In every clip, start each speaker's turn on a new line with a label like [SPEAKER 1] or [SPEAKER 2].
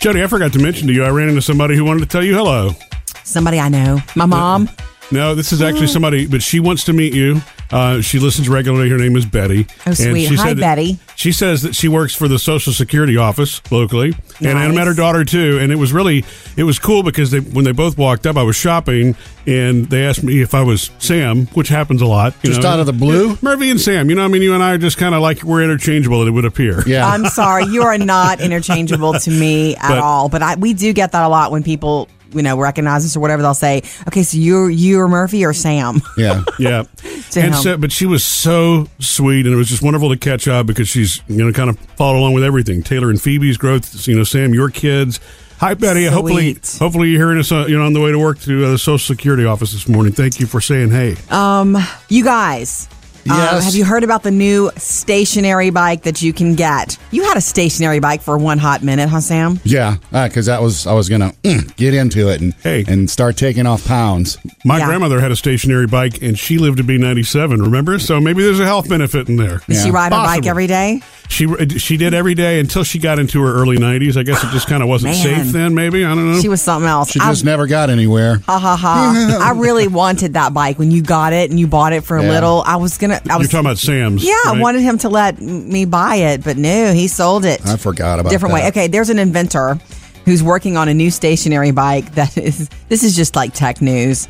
[SPEAKER 1] Jody, I forgot to mention to you, I ran into somebody who wanted to tell you hello.
[SPEAKER 2] Somebody I know. My mom.
[SPEAKER 1] No, this is
[SPEAKER 2] Hmm.
[SPEAKER 1] actually somebody, but she wants to meet you. Uh, she listens regularly. Her name is Betty.
[SPEAKER 2] Oh, sweet. Hi,
[SPEAKER 1] that-
[SPEAKER 2] Betty.
[SPEAKER 1] She says that she works for the Social Security office locally, and I
[SPEAKER 2] Nice.
[SPEAKER 1] met her daughter too. And it was really, it was cool because they when they both walked up, I was shopping, and they asked me if I was Sam, which happens a lot. you
[SPEAKER 3] Just
[SPEAKER 1] know.
[SPEAKER 3] out of the blue?
[SPEAKER 1] Murphy and Sam. You know, I mean, you and I are just kind of like we're interchangeable. It would appear.
[SPEAKER 3] Yeah.
[SPEAKER 2] I'm sorry, you are not interchangeable to me at
[SPEAKER 1] But-
[SPEAKER 2] all. But I, we do get that a lot when people, you know, recognize us or whatever. They'll say, "Okay, so you're you're Murphy or Sam."
[SPEAKER 3] yeah.
[SPEAKER 1] yeah.
[SPEAKER 2] Damn.
[SPEAKER 1] And so, but she was so sweet, and it was just wonderful to catch up because she's you know kind of followed along with everything. Taylor and Phoebe's growth, you know, Sam, your kids. Hi, Betty. Hopefully,
[SPEAKER 2] Sweet.
[SPEAKER 1] hopefully you're hearing us, uh, you know, on the way to work to uh, the Social Security office this morning. Thank you for saying hey.
[SPEAKER 2] Oh, Um, You guys, uh,
[SPEAKER 3] Yes.
[SPEAKER 2] have you heard about the new stationary bike that you can get? You had a stationary bike for one hot minute, huh, Sam?
[SPEAKER 3] Yeah, because that was I was gonna mm, get into it and
[SPEAKER 1] Hey.
[SPEAKER 3] and start taking off pounds.
[SPEAKER 1] My
[SPEAKER 2] Yeah.
[SPEAKER 1] grandmother had a stationary bike, and she lived to be 97. Remember, so maybe there's a health benefit in there.
[SPEAKER 2] Did she
[SPEAKER 3] Yeah.
[SPEAKER 2] ride her bike
[SPEAKER 1] Possible.
[SPEAKER 2] every day?
[SPEAKER 1] She uh, she did every day until she got into her early 90s. I guess it just kind of wasn't
[SPEAKER 2] Man.
[SPEAKER 1] safe then. Maybe I don't know.
[SPEAKER 2] She was something else.
[SPEAKER 3] She
[SPEAKER 2] I-
[SPEAKER 3] just never got anywhere.
[SPEAKER 2] Ha ha ha! I really wanted that bike when you got it and you bought it for a
[SPEAKER 3] Yeah.
[SPEAKER 2] little. I was gonna. I
[SPEAKER 1] You're
[SPEAKER 2] was
[SPEAKER 1] talking about Sam's.
[SPEAKER 2] Yeah, I
[SPEAKER 1] right?
[SPEAKER 2] wanted him to let m- me buy it, but no, he sold it.
[SPEAKER 3] I forgot about
[SPEAKER 2] Different way.
[SPEAKER 3] that.
[SPEAKER 2] Okay, there's an inventor who's working on a new stationary bike that is this is just like tech news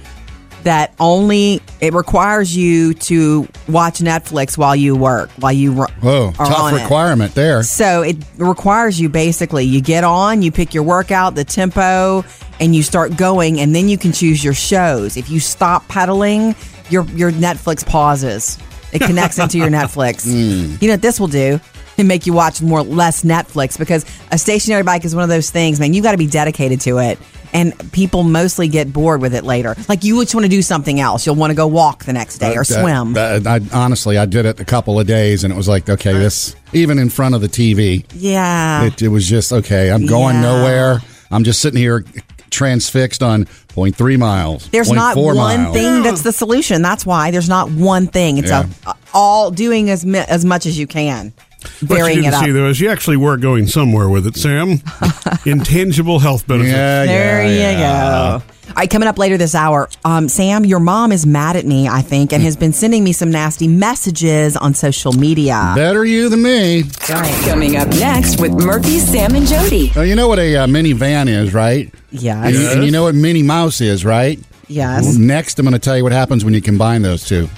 [SPEAKER 2] that only it requires you to watch Netflix while you work, while you ru-
[SPEAKER 3] Whoa,
[SPEAKER 2] are on
[SPEAKER 3] tough
[SPEAKER 2] it.
[SPEAKER 3] requirement there.
[SPEAKER 2] So it requires you basically you get on, you pick your workout, the tempo, and you start going and then you can choose your shows. If you stop pedaling, your your Netflix pauses. It connects into your Netflix.
[SPEAKER 3] Hmm.
[SPEAKER 2] You know what this will do? And make you watch more less Netflix because a stationary bike is one of those things, man, you gotta be dedicated to it. And people mostly get bored with it later. Like you just want to do something else. You'll want to go walk the next day or
[SPEAKER 3] That-
[SPEAKER 2] swim.
[SPEAKER 3] that- I, honestly, I did it a couple of days, and it was like, okay, this even in front of the TV,
[SPEAKER 2] yeah.
[SPEAKER 3] it, it was just okay. I'm going
[SPEAKER 2] Uh-huh. Yeah.
[SPEAKER 3] nowhere. I'm just sitting here transfixed on 0.3 miles.
[SPEAKER 2] There's
[SPEAKER 3] 0.4
[SPEAKER 2] not one
[SPEAKER 3] miles.
[SPEAKER 2] thing that's the solution. That's why there's not one thing. It's
[SPEAKER 3] Yeah.
[SPEAKER 2] a, all doing as mi- as much as you can,
[SPEAKER 1] What you
[SPEAKER 2] varying it
[SPEAKER 1] didn't
[SPEAKER 2] up.
[SPEAKER 1] see though is you actually were going somewhere with it, Sam. Intangible health benefits.
[SPEAKER 3] Yeah,
[SPEAKER 2] There
[SPEAKER 3] yeah,
[SPEAKER 2] you
[SPEAKER 3] yeah.
[SPEAKER 2] go. All right, coming up later this hour, um, Sam, your mom is mad at me, I think, and has been sending me some nasty messages on social media.
[SPEAKER 3] Better you than me.
[SPEAKER 4] Coming up next with Murphy, Sam, and Jody.
[SPEAKER 3] Oh, you know what a uh, minivan is, right?
[SPEAKER 2] Yes,
[SPEAKER 3] And, you, and you know what Minnie Mouse is, right?
[SPEAKER 2] yes.
[SPEAKER 3] Next, I'm going to tell you what happens when you combine those two.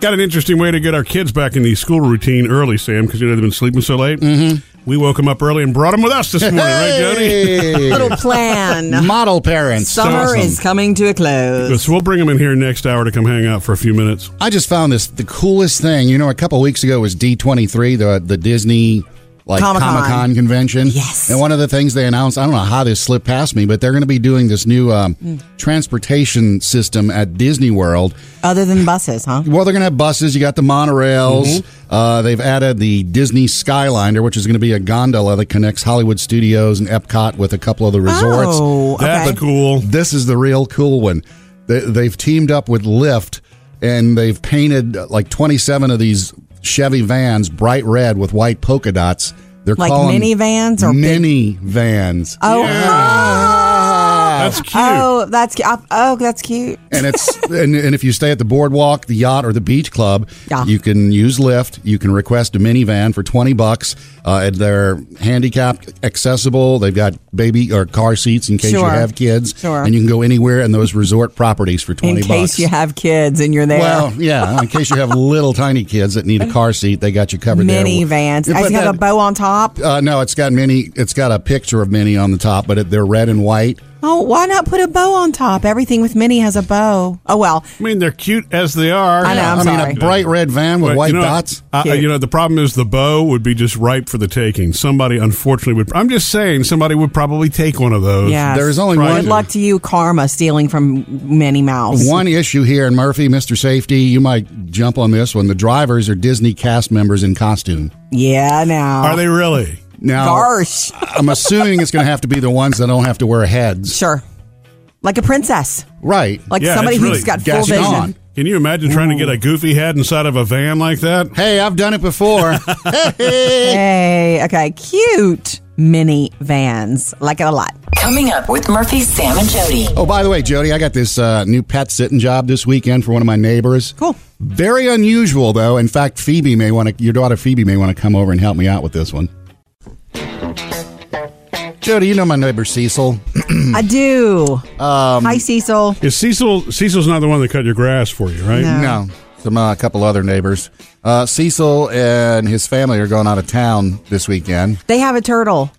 [SPEAKER 1] Got an interesting way to get our kids back in the school routine early, Sam, because you know they've been sleeping so late. Mm-hmm. We woke them up early and brought them with us this morning, right, Jody?
[SPEAKER 2] Little
[SPEAKER 3] Jody?
[SPEAKER 2] plan.
[SPEAKER 3] Model parents.
[SPEAKER 2] Summer
[SPEAKER 3] Awesome.
[SPEAKER 2] is coming to a close.
[SPEAKER 1] So we'll bring them in here next hour to come hang out for a few minutes.
[SPEAKER 3] I just found this the coolest thing. You know, a couple weeks ago was D23, the the Disney like Comic
[SPEAKER 2] Comic-Con.
[SPEAKER 3] Con convention.
[SPEAKER 2] Yes.
[SPEAKER 3] And one of the things they announced, I don't know how this slipped past me, but they're going to be doing this new um,
[SPEAKER 2] Hmm.
[SPEAKER 3] transportation system at Disney World.
[SPEAKER 2] Other than buses, huh?
[SPEAKER 3] Well, they're going to have buses. You got the monorails.
[SPEAKER 2] Mm-hmm.
[SPEAKER 3] Uh, they've added the Disney Skyliner, which is going to be a gondola that connects Hollywood Studios and Epcot with a couple of the resorts.
[SPEAKER 2] Oh,
[SPEAKER 1] That's
[SPEAKER 2] okay.
[SPEAKER 1] cool.
[SPEAKER 3] This is the real cool one. They, they've teamed up with Lyft and they've painted uh, like 27 of these Chevy vans bright red with white polka dots. They're
[SPEAKER 2] Like
[SPEAKER 3] calling
[SPEAKER 2] minivans or big-
[SPEAKER 3] mini vans.
[SPEAKER 2] Oh,
[SPEAKER 1] That's cute.
[SPEAKER 2] oh, that's cu- oh, oh, that's cute.
[SPEAKER 3] and it's and, and if you stay at the boardwalk, the yacht, or the beach club,
[SPEAKER 2] Yeah.
[SPEAKER 3] you can use Lyft. You can request a minivan for twenty bucks. Uh, and they're handicap accessible. They've got baby or car seats in case you
[SPEAKER 2] Sure.
[SPEAKER 3] have kids,
[SPEAKER 2] Sure.
[SPEAKER 3] and you can go anywhere in those resort properties for
[SPEAKER 2] In
[SPEAKER 3] twenty
[SPEAKER 2] case
[SPEAKER 3] bucks.
[SPEAKER 2] you have kids and you're there.
[SPEAKER 3] well, yeah. In case you have little tiny kids that need a car seat, they got you covered. there.
[SPEAKER 2] minivans.
[SPEAKER 3] But
[SPEAKER 2] It's got a
[SPEAKER 3] that-
[SPEAKER 2] bow on top.
[SPEAKER 3] Uh, no, it's got mini. It's got a picture of Minnie on the top, but it, they're red and white.
[SPEAKER 2] Oh, why not put a bow on top? Everything with mini has a bow. Oh well,
[SPEAKER 1] I mean, they're cute as they are.
[SPEAKER 2] I know, I'm
[SPEAKER 3] I mean,
[SPEAKER 2] sorry.
[SPEAKER 3] a bright red van with
[SPEAKER 1] But
[SPEAKER 3] white
[SPEAKER 1] you know,
[SPEAKER 3] dots.
[SPEAKER 1] I- I-
[SPEAKER 2] Cute.
[SPEAKER 1] you know, the problem is the bow would be just ripe for the taking. Somebody, unfortunately, would. I'm just saying, somebody would probably take one of those.
[SPEAKER 2] yeah.
[SPEAKER 3] There's only
[SPEAKER 1] Right.
[SPEAKER 3] one.
[SPEAKER 2] Good luck to you, Karma, stealing from Minnie Mouse.
[SPEAKER 3] One issue here, and Murphy, Mr. Safety, you might jump on this one. The drivers are Disney cast members in costume.
[SPEAKER 2] Yeah, now.
[SPEAKER 1] Are they really?
[SPEAKER 3] Now,
[SPEAKER 2] Gosh.
[SPEAKER 3] I'm assuming it's going to have to be the ones that don't have to wear heads.
[SPEAKER 2] Sure. Like a princess,
[SPEAKER 3] Right.
[SPEAKER 2] like
[SPEAKER 1] Yeah,
[SPEAKER 2] somebody
[SPEAKER 1] it's
[SPEAKER 2] who's
[SPEAKER 1] really
[SPEAKER 2] got full
[SPEAKER 3] Gaston.
[SPEAKER 2] vision.
[SPEAKER 1] Can you imagine trying to get a goofy head inside of a van like that?
[SPEAKER 3] Hey, I've done it before.
[SPEAKER 2] Hey, okay, cute mini vans. Like it a lot.
[SPEAKER 4] Coming up with Murphy, Sam, and Jody.
[SPEAKER 3] oh, by the way, Jody, I got this uh, new pet sitting job this weekend for one of my neighbors.
[SPEAKER 2] Cool.
[SPEAKER 3] Very unusual, though. In fact, Phoebe may want to, your daughter Phoebe may want to come over and help me out with this one. Jody, you know my neighbor Cecil.
[SPEAKER 2] I do.
[SPEAKER 3] Um,
[SPEAKER 2] Hi, Cecil.
[SPEAKER 1] Is Cecil Cecil's not the one that cut your grass for you, right?
[SPEAKER 2] No.
[SPEAKER 3] No, some uh, a couple other neighbors. Uh, Cecil and his family are going out of town this weekend.
[SPEAKER 2] They have a turtle,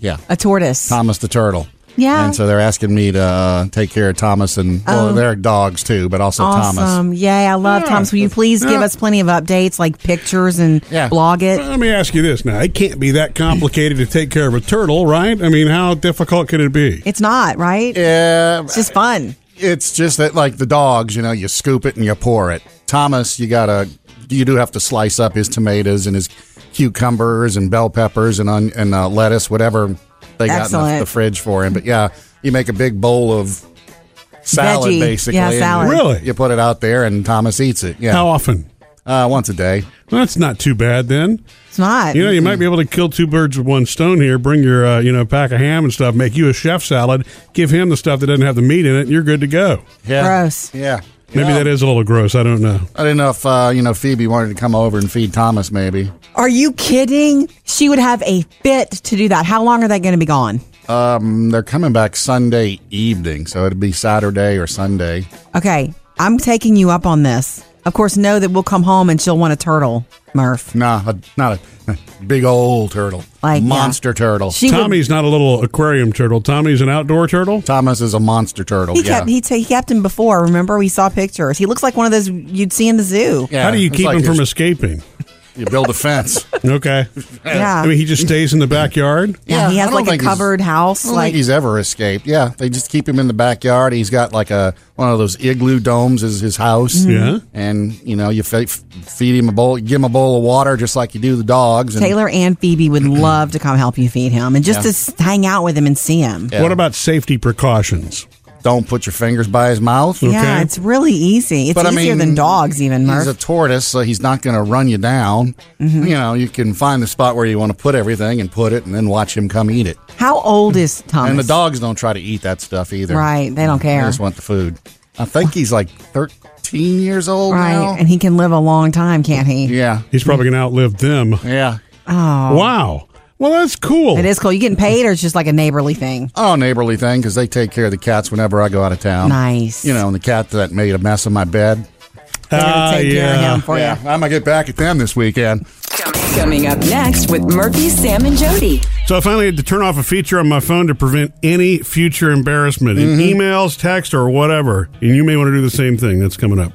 [SPEAKER 3] Yeah,
[SPEAKER 2] a tortoise.
[SPEAKER 3] Thomas the turtle.
[SPEAKER 2] Yeah. Oh.
[SPEAKER 3] and so they're asking me to uh, take care of Thomas and well, they're dogs too, but also oh, Thomas.
[SPEAKER 2] Awesome. Yay, I love Thomas. Will you please give us plenty of updates, like pictures and
[SPEAKER 3] Yeah.
[SPEAKER 2] blog it?
[SPEAKER 1] Let me ask you this now. It can't be that complicated to take care of a turtle, right? I mean, how difficult could it be?
[SPEAKER 2] It's not, right?
[SPEAKER 3] Yeah,
[SPEAKER 2] It's just fun.
[SPEAKER 3] it's just that like the dogs, you know, you scoop it and you pour it. Thomas, you gotta, you do have to slice up his tomatoes and his cucumbers and bell peppers and on and uh, lettuce, whatever they got in the-
[SPEAKER 2] Excellent.
[SPEAKER 3] the, fridge for him. But yeah, you make a big bowl of salad
[SPEAKER 2] Veggie.
[SPEAKER 3] basically.
[SPEAKER 2] Yeah,
[SPEAKER 3] and you-
[SPEAKER 2] salad.
[SPEAKER 1] Really?
[SPEAKER 3] You put it out there and Thomas eats it. Yeah,
[SPEAKER 1] How often?
[SPEAKER 3] uh, once a day.
[SPEAKER 1] Well, that's not too bad then.
[SPEAKER 2] It's not.
[SPEAKER 1] You know, you might be able to kill two birds with one stone here. Bring your, uh, you know, pack of ham and stuff. Make you a chef salad. Give him the stuff that doesn't have the meat in it, and you're good to go.
[SPEAKER 3] Yeah.
[SPEAKER 2] Gross.
[SPEAKER 3] Yeah.
[SPEAKER 1] Maybe
[SPEAKER 3] Yeah.
[SPEAKER 1] that is a little gross. I don't know.
[SPEAKER 3] I didn't know if uh, you know Phoebe wanted to come over and feed Thomas. Maybe
[SPEAKER 2] Are you kidding? She would have a fit to do that. How long are they going to be gone?
[SPEAKER 3] Mm, they're coming back Sunday evening, so it'd be Saturday or Sunday.
[SPEAKER 2] Okay, I'm taking you up on this. Of course, know that we'll come home and she'll want a turtle, Murph.
[SPEAKER 3] Nah, a, not a big old turtle,
[SPEAKER 2] Like, yeah.
[SPEAKER 3] monster turtle.
[SPEAKER 2] She would-
[SPEAKER 1] Tommy's not a little aquarium turtle. Tommy's an outdoor turtle.
[SPEAKER 3] Thomas is a monster turtle.
[SPEAKER 2] He
[SPEAKER 3] yeah.
[SPEAKER 2] kept he, t- he kept him before. Remember, we saw pictures. He looks like one of those you'd see in the zoo.
[SPEAKER 3] Yeah,
[SPEAKER 1] How do you
[SPEAKER 3] it's
[SPEAKER 1] keep
[SPEAKER 3] like
[SPEAKER 1] him from
[SPEAKER 3] you-
[SPEAKER 1] escaping?
[SPEAKER 3] You build a fence.
[SPEAKER 1] Okay.
[SPEAKER 2] Yeah.
[SPEAKER 1] I mean, he just stays in the backyard.
[SPEAKER 2] Yeah, he
[SPEAKER 3] I
[SPEAKER 2] has
[SPEAKER 3] don't
[SPEAKER 2] like a
[SPEAKER 3] think he's-
[SPEAKER 2] covered house,
[SPEAKER 3] I don't
[SPEAKER 2] like-
[SPEAKER 3] think he's ever escaped. Yeah, they just keep him in the backyard. He's got like a one of those igloo domes is his house.
[SPEAKER 2] Mm-hmm.
[SPEAKER 1] Yeah.
[SPEAKER 3] and you know you fe- feed him a bowl, give him a bowl of water, just like you do the dogs. And
[SPEAKER 2] Taylor and Phoebe would love to come help you feed him and just to s- hang out with him and see him.
[SPEAKER 3] Yeah.
[SPEAKER 1] What about safety precautions?
[SPEAKER 3] don't put your fingers by his mouth.
[SPEAKER 2] Yeah,
[SPEAKER 1] Okay.
[SPEAKER 2] it's really easy. It's
[SPEAKER 3] But I
[SPEAKER 2] easier
[SPEAKER 3] mean,
[SPEAKER 2] than dogs, even Murph. Mm-hmm.
[SPEAKER 3] He's a tortoise, so he's not going to run you down. You know, you can find the spot where you want to put everything and put it, and then watch him come eat it.
[SPEAKER 2] How old is Thomas?
[SPEAKER 3] And the dogs don't try to eat that stuff either.
[SPEAKER 2] Right, they don't
[SPEAKER 3] They
[SPEAKER 2] care.
[SPEAKER 3] just want the food. I think he's like 13 years old
[SPEAKER 2] Right,
[SPEAKER 3] now.
[SPEAKER 2] and he can live a long time, can't he?
[SPEAKER 3] yeah.
[SPEAKER 1] He's probably going to outlive them.
[SPEAKER 3] Yeah.
[SPEAKER 1] Wow. Well, that's cool.
[SPEAKER 2] Oh. It is cool. You getting paid, or it's just like a neighborly thing?
[SPEAKER 3] Oh, neighborly thing, because they take care of the cats whenever I go out of town.
[SPEAKER 2] Nice.
[SPEAKER 3] You know, and the cat that made a mess of my bed.
[SPEAKER 2] They're
[SPEAKER 1] Ah,
[SPEAKER 2] gonna take care of
[SPEAKER 1] yeah.
[SPEAKER 2] him for
[SPEAKER 3] yeah.
[SPEAKER 2] you.
[SPEAKER 3] I'm going to get back at them this weekend.
[SPEAKER 4] Coming up next with Murphy, Sam, and Jody.
[SPEAKER 1] So I finally had to turn off a feature on my phone to prevent any future embarrassment in
[SPEAKER 2] Mm-hmm.
[SPEAKER 1] emails, text, or whatever. And you may want to do the same thing. That's coming up.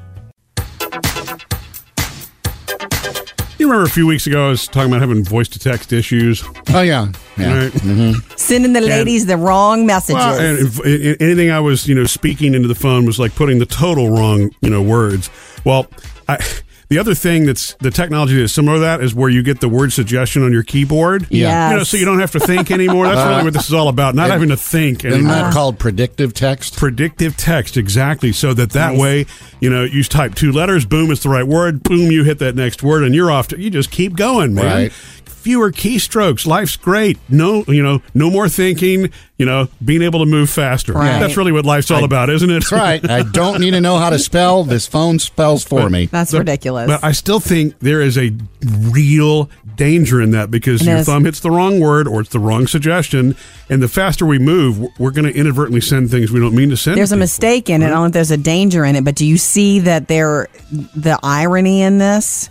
[SPEAKER 1] You remember a few weeks ago I was talking about having voice to text issues,
[SPEAKER 3] Oh, yeah. Yeah.
[SPEAKER 1] right?
[SPEAKER 2] Sending the ladies the wrong messages.
[SPEAKER 1] Well, and, and- and anything I was, you know, speaking into the phone was like putting the total wrong, you know, words. Well, I, the other thing that's the technology that's similar to that is where you get the word suggestion on your keyboard.
[SPEAKER 2] Yeah.
[SPEAKER 1] You know, so you don't have to think anymore. That's really what this is all about. Not having to think
[SPEAKER 3] Isn't
[SPEAKER 1] anymore.
[SPEAKER 3] that
[SPEAKER 2] Uh-huh.
[SPEAKER 3] called predictive text?
[SPEAKER 1] Predictive text, exactly. So that that way, you know, you type two letters, boom, it's the right word, boom, you hit that next word, and you're off. To, you just keep going, man.
[SPEAKER 3] Right.
[SPEAKER 1] Fewer keystrokes. Life's great. No, you know, no more thinking. You know, being able to move faster.
[SPEAKER 2] Right.
[SPEAKER 1] That's really what life's all about, isn't it?
[SPEAKER 3] That's right. I don't need to know how to spell. This phone spells for me.
[SPEAKER 2] That's ridiculous.
[SPEAKER 1] But I still think there is a real danger in that because
[SPEAKER 2] It
[SPEAKER 1] your
[SPEAKER 2] is.
[SPEAKER 1] thumb hits the wrong word or it's the wrong suggestion, and the faster we move, w- we're going to inadvertently send things we don't mean to send.
[SPEAKER 2] there's
[SPEAKER 1] to
[SPEAKER 2] a
[SPEAKER 1] people.
[SPEAKER 2] mistake in it. I
[SPEAKER 1] Mm-hmm.
[SPEAKER 2] don't know if there's a danger in it, but do you see that there the irony in this?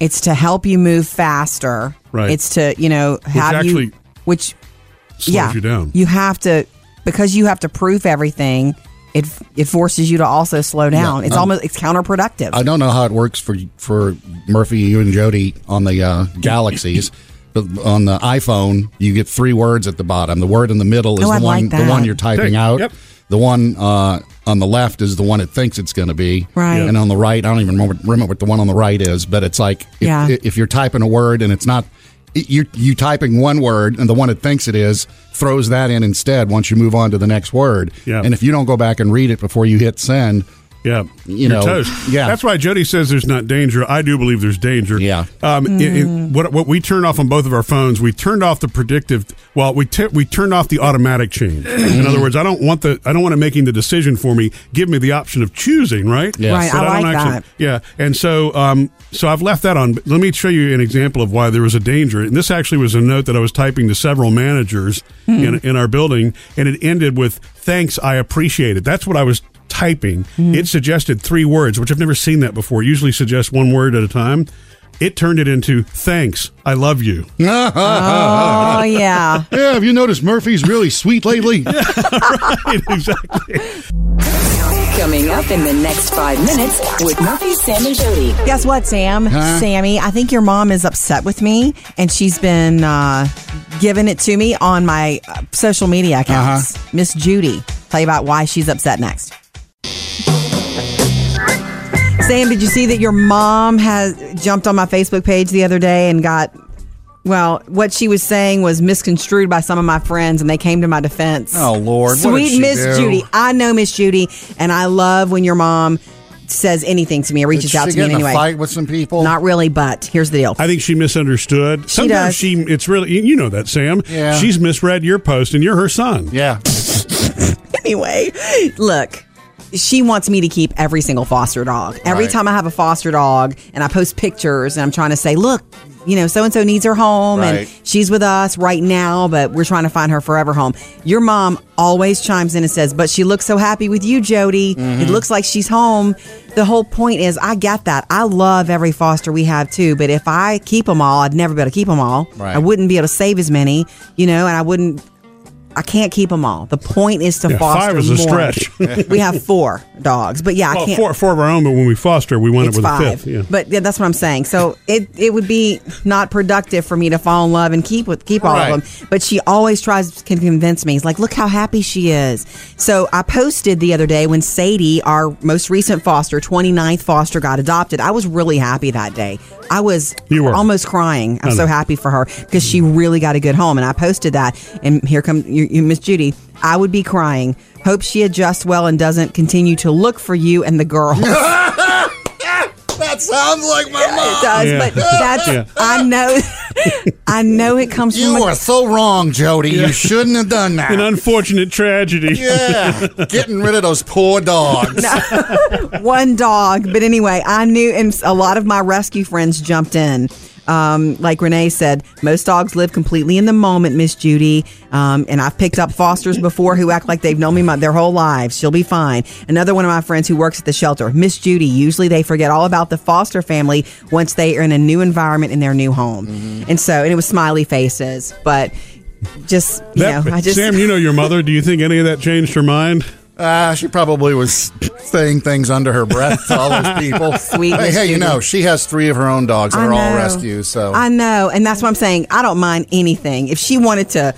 [SPEAKER 2] It's to help you move faster.
[SPEAKER 1] Right.
[SPEAKER 2] It's to, you know, have
[SPEAKER 1] actually
[SPEAKER 2] you which
[SPEAKER 1] Slows
[SPEAKER 2] yeah,
[SPEAKER 1] you down.
[SPEAKER 2] have to because you have to proof everything, it it forces you to also slow down.
[SPEAKER 1] Um,
[SPEAKER 2] it's almost it's counterproductive.
[SPEAKER 3] I don't know how it works for for Murphy, you and Jody on the uh, galaxies. But on the iPhone, you get three words at the bottom. The word in the middle is
[SPEAKER 2] Oh, I
[SPEAKER 3] the one
[SPEAKER 2] like that.
[SPEAKER 3] the one you're typing
[SPEAKER 1] Hey,
[SPEAKER 3] out.
[SPEAKER 1] yep.
[SPEAKER 3] The one uh, on the left is the one it thinks it's going to be.
[SPEAKER 2] Right. Yeah.
[SPEAKER 3] And on the right, I don't even remember, remember what the one on the right is, but it's like if,
[SPEAKER 2] Yeah.
[SPEAKER 3] if you're typing a word and it's not you you typing one word and the one it thinks it is throws that in instead once you move on to the next word.
[SPEAKER 1] Yeah.
[SPEAKER 3] And if you don't go back and read it before you hit send,
[SPEAKER 1] Yeah,
[SPEAKER 3] You
[SPEAKER 1] You're
[SPEAKER 3] know,
[SPEAKER 1] toast.
[SPEAKER 3] yeah.
[SPEAKER 1] that's why Jody says there's not danger. I do believe there's danger.
[SPEAKER 3] Yeah.
[SPEAKER 1] Um, it- it- what what we turned off on both of our phones, we turned off the predictive. Well, we t- we turned off the automatic change. In other words, I don't want the I don't want it making the decision for me. Give me the option of choosing. Right.
[SPEAKER 3] Yes.
[SPEAKER 2] Right, I like that.
[SPEAKER 1] Yeah, and so um, so I've left that on. But Let me show you an example of why there was a danger. And this actually was a note that I was typing to several managers
[SPEAKER 2] Hmm.
[SPEAKER 1] in, in our building, and it ended with "Thanks, I appreciate it." That's what I was typing.
[SPEAKER 2] Hmm.
[SPEAKER 1] It suggested three words, which I've never seen that before. It usually suggests one word at a time. It turned it into "Thanks, I love you."
[SPEAKER 2] Oh yeah.
[SPEAKER 3] Yeah, have you noticed Murphy's really sweet lately?
[SPEAKER 1] exactly.
[SPEAKER 4] Coming up in the next five minutes with Murphy, Sam, and Jody.
[SPEAKER 2] Guess what, Sam?
[SPEAKER 3] Huh?
[SPEAKER 2] Sammy, I think your mom is upset with me, and she's been uh, giving it to me on my uh, social media accounts.
[SPEAKER 3] Uh-huh.
[SPEAKER 2] Miss Judy, tell you about why she's upset next. Sam, did you see that your mom has jumped on my Facebook page the other day and got? Well, what she was saying was misconstrued by some of my friends, and they came to my defense.
[SPEAKER 3] Oh, Lord, what did
[SPEAKER 2] sweet
[SPEAKER 3] she
[SPEAKER 2] Miss
[SPEAKER 3] do?
[SPEAKER 2] Judy, I know Miss Judy, and I love when your mom says anything to me or
[SPEAKER 3] Did
[SPEAKER 2] reaches
[SPEAKER 3] she
[SPEAKER 2] out to
[SPEAKER 3] get
[SPEAKER 2] me
[SPEAKER 3] in
[SPEAKER 2] anyway.
[SPEAKER 3] a fight with some people?
[SPEAKER 2] Not really, but here's the deal.
[SPEAKER 1] I think she misunderstood. Sometimes
[SPEAKER 2] does.
[SPEAKER 1] she it's really you- you know that Sam.
[SPEAKER 3] Yeah.
[SPEAKER 1] She's misread your post, and you're her son.
[SPEAKER 3] yeah.
[SPEAKER 2] anyway, look. She wants me to keep every single foster dog. Every
[SPEAKER 3] Right.
[SPEAKER 2] time I have a foster dog and I post pictures and I'm trying to say, look, you know, so and so needs her home
[SPEAKER 3] Right.
[SPEAKER 2] and she's with us right now, but we're trying to find her forever home. Your mom always chimes in and says, but she looks so happy with you, Jody.
[SPEAKER 3] Mm-hmm.
[SPEAKER 2] It looks like she's home. The whole point is, I get that. I love every foster we have too, but if I keep them all, I'd never be able to keep them all.
[SPEAKER 3] Right.
[SPEAKER 2] I wouldn't be able to save as many, you know, and I wouldn't I can't keep them all. The point is to
[SPEAKER 1] Yeah,
[SPEAKER 2] foster
[SPEAKER 1] five is a
[SPEAKER 2] more.
[SPEAKER 1] stretch.
[SPEAKER 2] we have four dogs, but yeah, I
[SPEAKER 1] Well,
[SPEAKER 2] can't.
[SPEAKER 1] four, four of our own, but when we foster, we wind up
[SPEAKER 2] it's
[SPEAKER 1] with a
[SPEAKER 2] five,
[SPEAKER 1] fifth. Yeah.
[SPEAKER 2] but yeah, that's what I'm saying. So it it would be not productive for me to fall in love and keep with keep all
[SPEAKER 3] Right.
[SPEAKER 2] of them. But she always tries to convince me. It's like, look how happy she is. So I posted the other day when Sadie, our most recent foster, 29th foster, got adopted. I was really happy that day. I was
[SPEAKER 1] You were.
[SPEAKER 2] almost crying. I'm so happy for her because she really got a good home. And I posted that. And here comes you, you, Miss Judy. I would be crying. Hope she adjusts well and doesn't continue to look for you and the girl.
[SPEAKER 3] That sounds like my
[SPEAKER 2] it does,
[SPEAKER 1] Uh, Yeah.
[SPEAKER 2] but that's
[SPEAKER 1] Yeah.
[SPEAKER 2] I know I know it comes
[SPEAKER 3] You
[SPEAKER 2] from a-
[SPEAKER 3] are so wrong, Jody. You shouldn't have done that.
[SPEAKER 1] An unfortunate tragedy.
[SPEAKER 3] yeah, getting rid of those poor dogs.
[SPEAKER 2] one dog. But anyway, I knew, and a lot of my rescue friends jumped in. Um, like Renee said, most dogs live completely in the moment, Miss Judy. Um, and I've picked up fosters before who act like they've known me my, their whole lives. She'll be fine. Another one of my friends who works at the shelter, Miss Judy. Usually they forget all about the foster family once they are in a new environment in their new home.
[SPEAKER 1] Mm-hmm.
[SPEAKER 2] And so, and it was smiley faces, but just, you
[SPEAKER 1] That-
[SPEAKER 2] know, I just.
[SPEAKER 1] Sam, you know your mother. Do you think any of that changed her mind?
[SPEAKER 3] Uh, she probably was saying things under her breath to all those people.
[SPEAKER 2] Sweet
[SPEAKER 3] Hey,
[SPEAKER 2] Miss
[SPEAKER 3] hey you
[SPEAKER 2] Judy.
[SPEAKER 3] know, she has three of her own dogs that
[SPEAKER 2] I
[SPEAKER 3] are all
[SPEAKER 2] know.
[SPEAKER 3] rescues, so.
[SPEAKER 2] I know, and that's what I'm saying. I don't mind anything. If she wanted to,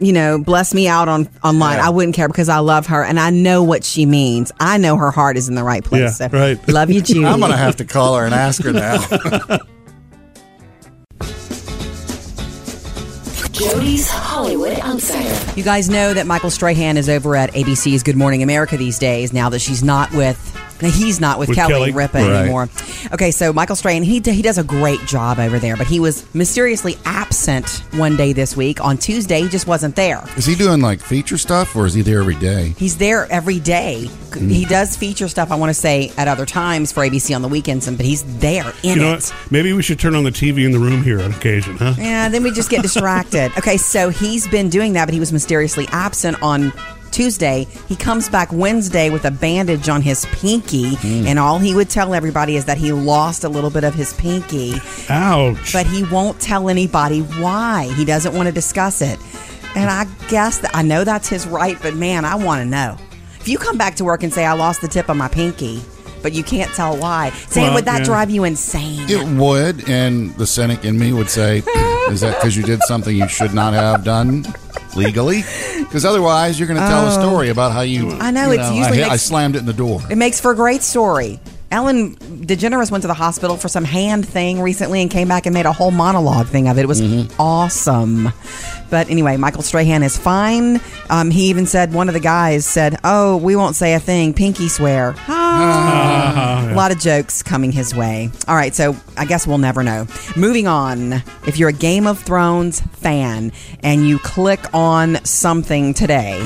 [SPEAKER 2] you know, bless me out on online,
[SPEAKER 3] Yeah.
[SPEAKER 2] I wouldn't care because I love her and I know what she means. I know her heart is in the right place.
[SPEAKER 1] Yeah,
[SPEAKER 2] so
[SPEAKER 1] right.
[SPEAKER 2] Love you, Judy.
[SPEAKER 3] I'm going to have to call her and ask her now.
[SPEAKER 4] Jody's Hollywood Outsider.
[SPEAKER 2] you guys know that Michael Strahan is over at ABC's Good Morning America these days. Now that she's not with. He's not with,
[SPEAKER 1] With
[SPEAKER 2] Kelly,
[SPEAKER 1] Kelly.
[SPEAKER 2] Ripa
[SPEAKER 3] Right.
[SPEAKER 2] anymore. Okay, so Michael Strahan, he, he does a great job over there, but he was mysteriously absent one day this week. On Tuesday, he just wasn't there.
[SPEAKER 3] is he doing like feature stuff or is he there every day?
[SPEAKER 2] He's there every day.
[SPEAKER 1] Mm-hmm.
[SPEAKER 2] He does feature stuff. I want to say at other times for ABC on the weekends, and- but he's there in
[SPEAKER 1] You know
[SPEAKER 2] it.
[SPEAKER 1] what? Maybe we should turn on the TV in the room here on occasion, huh?
[SPEAKER 2] Yeah, then we just get distracted. okay, so he's been doing that, but he was mysteriously absent on Tuesday. He comes back Wednesday with a bandage on his pinky,
[SPEAKER 1] Mm.
[SPEAKER 2] and all he would tell everybody is that he lost a little bit of his pinky,
[SPEAKER 1] Ouch.
[SPEAKER 2] but he won't tell anybody why. He doesn't want to discuss it. And I guess that I know that's his right, but man, I want to know. If you come back to work and say, I lost the tip of my pinky, but you can't tell why, Sam,
[SPEAKER 1] Well,
[SPEAKER 2] would that
[SPEAKER 1] yeah.
[SPEAKER 2] drive you insane?
[SPEAKER 3] It would, and the cynic in me would say, "Is that because you did something you should not have done legally? Because otherwise, you're going to tell a story about how you."
[SPEAKER 2] Oh. I know,
[SPEAKER 3] you
[SPEAKER 2] it's usually
[SPEAKER 3] I, hit-
[SPEAKER 2] makes-
[SPEAKER 3] I slammed it in the door.
[SPEAKER 2] It makes for a great story. Ellen DeGeneres went to the hospital for some hand thing recently and came back and made a whole monologue thing of it. It was awesome. But anyway, Michael Strahan is fine. Um, he even said, one of the guys said, Oh, we won't say a thing. Pinky swear. A lot of jokes coming his way. All right, so I guess we'll never know. Moving on, if you're a Game of Thrones fan and you click on something today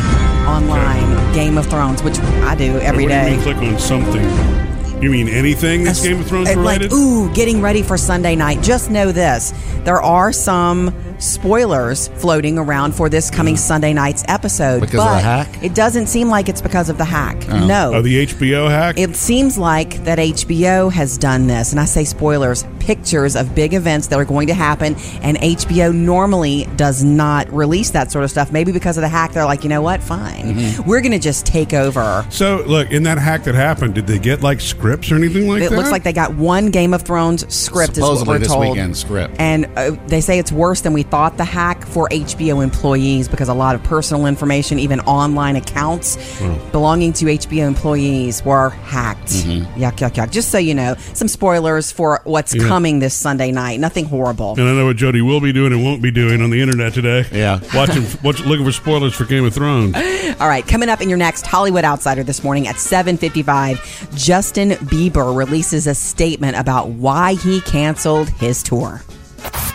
[SPEAKER 2] online, Game of Thrones, which I do every
[SPEAKER 1] what do
[SPEAKER 2] day.
[SPEAKER 1] you mean click on something? You mean anything that's Game of Thrones
[SPEAKER 2] It's
[SPEAKER 1] related?
[SPEAKER 2] Like, ooh, getting ready for Sunday night. Just know this there are some spoilers floating around for this coming Sunday night's episode.
[SPEAKER 3] Because of the
[SPEAKER 2] but
[SPEAKER 3] hack?
[SPEAKER 2] It doesn't seem like it's because of the hack. No.
[SPEAKER 1] Oh, the HBO hack?
[SPEAKER 2] It seems like that HBO has done this, and I say spoilers, pictures of big events that are going to happen, and HBO normally does not release that sort of stuff. Maybe because of the hack, they're like, you know what, fine.
[SPEAKER 3] Mm-hmm.
[SPEAKER 2] We're going to just take over.
[SPEAKER 1] so, look, in that hack that happened, did they get like scripts or anything like
[SPEAKER 2] It
[SPEAKER 1] that?
[SPEAKER 2] looks like they got one Game of Thrones script, is what
[SPEAKER 3] Supposedly
[SPEAKER 2] we're
[SPEAKER 3] this
[SPEAKER 2] told.
[SPEAKER 3] weekend script.
[SPEAKER 2] And uh, they say it's worse than we thought the hack for HBO employees because a lot of personal information, even online accounts
[SPEAKER 3] Hmm.
[SPEAKER 2] belonging to HBO employees, were hacked.
[SPEAKER 3] Mm-hmm.
[SPEAKER 2] Yuck, yuck, yuck. Just so you know, some spoilers for what's coming this Sunday night. Nothing horrible.
[SPEAKER 1] And I know what Jody will be doing and won't be doing on the internet today.
[SPEAKER 3] Yeah.
[SPEAKER 1] watching, watch, looking for spoilers for Game of Thrones.
[SPEAKER 2] All right, coming up in your next Hollywood Outsider this morning at 7:55, Justin Bieber releases a statement about why he canceled his tour.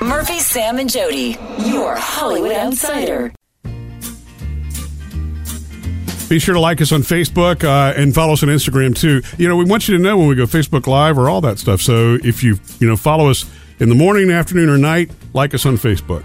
[SPEAKER 4] Murphy, Sam, and Jody, your Hollywood Outsider.
[SPEAKER 1] Be sure to like us on Facebook uh, and follow us on Instagram too. You know, we want you to know when we go Facebook Live or all that stuff. So if you you know follow us in the morning, afternoon, or night, like us on Facebook.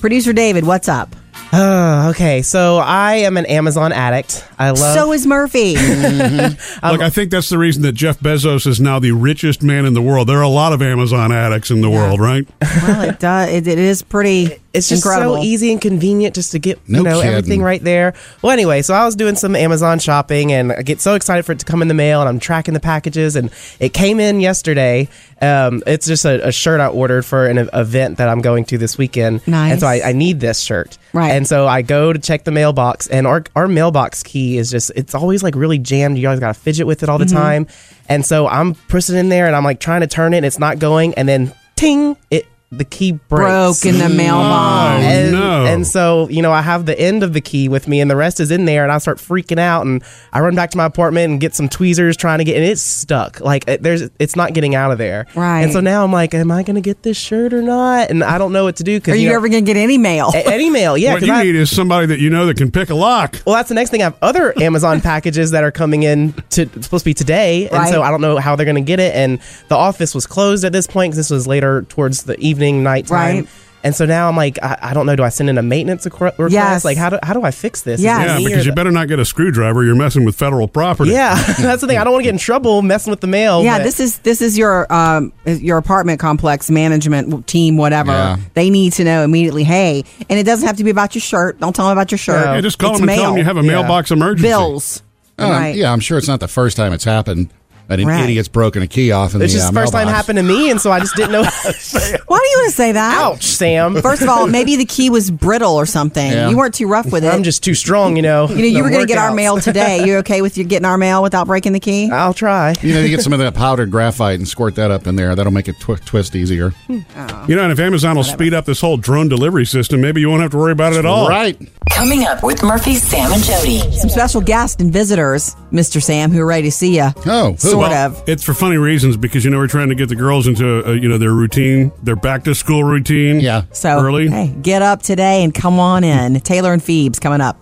[SPEAKER 2] Producer David, what's up?
[SPEAKER 5] Oh, okay. So I am an Amazon addict. I love.
[SPEAKER 2] So is Murphy.
[SPEAKER 1] Look, I think that's the reason that Jeff Bezos is now the richest man in the world. There are a lot of Amazon addicts in the world, right?
[SPEAKER 5] Um,
[SPEAKER 2] Well, it does. It, it is pretty.
[SPEAKER 5] it's just
[SPEAKER 2] incredible.
[SPEAKER 5] so easy and convenient just to get
[SPEAKER 3] No
[SPEAKER 5] you know
[SPEAKER 3] kidding.
[SPEAKER 5] everything right there. Well, anyway, so I was doing some Amazon shopping and I get so excited for it to come in the mail and I'm tracking the packages and it came in yesterday. Um, it's just a, a shirt I ordered for an e- event that I'm going to this weekend.
[SPEAKER 2] Nice.
[SPEAKER 5] And so I, I need this shirt.
[SPEAKER 2] Right.
[SPEAKER 5] And so I go to check the mailbox and our our mailbox key is just it's always like really jammed. You always got to fidget with it all the
[SPEAKER 2] Mm-hmm.
[SPEAKER 5] time. And so I'm pressing in there and I'm like trying to turn it and it's not going and then ting it the key breaks
[SPEAKER 2] Broke in the mailbox.
[SPEAKER 1] Oh,
[SPEAKER 5] and,
[SPEAKER 1] no.
[SPEAKER 5] and so you know i have the end of the key with me and the rest is in there and i start freaking out and i run back to my apartment and get some tweezers trying to get and it's stuck like it- there's it's not getting out of there
[SPEAKER 2] Right.
[SPEAKER 5] and so now i'm like am i gonna get this shirt or not and i don't know what to do because
[SPEAKER 2] Are you, ever going to get any mail?
[SPEAKER 5] an email yeah
[SPEAKER 1] what
[SPEAKER 5] 'cause
[SPEAKER 1] you
[SPEAKER 5] I-
[SPEAKER 1] need is somebody that you know that can pick a lock.
[SPEAKER 5] well, that's the next thing. I have other Amazon packages that are coming in to supposed to be today, and so
[SPEAKER 2] Right.
[SPEAKER 5] I don't know how they're going to get it. And the office was closed at this point 'cause this was later towards the evening, nighttime.
[SPEAKER 2] Right.
[SPEAKER 5] And so now I'm like, I, I don't know. Do I send in a maintenance acro- request?
[SPEAKER 2] Yes.
[SPEAKER 5] Like, how do how do I fix this? Is it
[SPEAKER 2] Yes.
[SPEAKER 1] Yeah,
[SPEAKER 5] me or
[SPEAKER 1] because you
[SPEAKER 5] the-
[SPEAKER 1] better not get a screwdriver. You're messing with federal property.
[SPEAKER 5] yeah. that's the thing. I don't want to get in trouble messing with the mail.
[SPEAKER 2] yeah,
[SPEAKER 5] but-
[SPEAKER 2] this is this is your um, your apartment complex management team, whatever.
[SPEAKER 3] Yeah.
[SPEAKER 2] They need to know immediately. Hey, and it doesn't have to be about your shirt. Don't tell them about your shirt.
[SPEAKER 5] No.
[SPEAKER 1] Yeah, just call
[SPEAKER 2] It's
[SPEAKER 1] them and tell them
[SPEAKER 2] mail.
[SPEAKER 1] you have a
[SPEAKER 5] Yeah.
[SPEAKER 1] mailbox emergency. Uh,
[SPEAKER 2] bills.
[SPEAKER 3] Um,
[SPEAKER 2] right.
[SPEAKER 3] Yeah, I'm sure it's not the first time it's happened that an
[SPEAKER 2] Right.
[SPEAKER 3] idiot's broken a key off in
[SPEAKER 5] It's
[SPEAKER 3] the
[SPEAKER 5] just
[SPEAKER 3] uh,
[SPEAKER 5] the first time
[SPEAKER 3] mailbox.
[SPEAKER 5] happened to me, and so I just didn't know.
[SPEAKER 2] Why do you want to say that?
[SPEAKER 5] Ouch, Sam.
[SPEAKER 2] First of all, maybe the key was brittle or something.
[SPEAKER 3] Yeah.
[SPEAKER 2] You weren't too rough with it.
[SPEAKER 5] I'm just too strong, you know.
[SPEAKER 2] you know, you were going to get our mail today. You okay with you getting our mail without breaking the key?
[SPEAKER 5] I'll try.
[SPEAKER 3] You know, you get some of that powdered graphite and squirt that up in there. That'll make it tw- twist easier.
[SPEAKER 1] You know, and if Amazon will speed up this whole drone delivery system, maybe you won't have to worry about it at all.
[SPEAKER 3] Right.
[SPEAKER 4] Coming up with Murphy, Sam, and Jody.
[SPEAKER 2] Some special guests and visitors, Mr. Sam, who are ready to see you.
[SPEAKER 3] Oh, who?
[SPEAKER 2] sort
[SPEAKER 1] Well,
[SPEAKER 2] of.
[SPEAKER 1] It's for funny reasons because you know we're trying to get the girls into uh, you know their routine, their back to school routine.
[SPEAKER 3] Yeah.
[SPEAKER 2] So
[SPEAKER 1] early.
[SPEAKER 2] Hey, get up today and come on in. Taylor and Phoebe's coming up.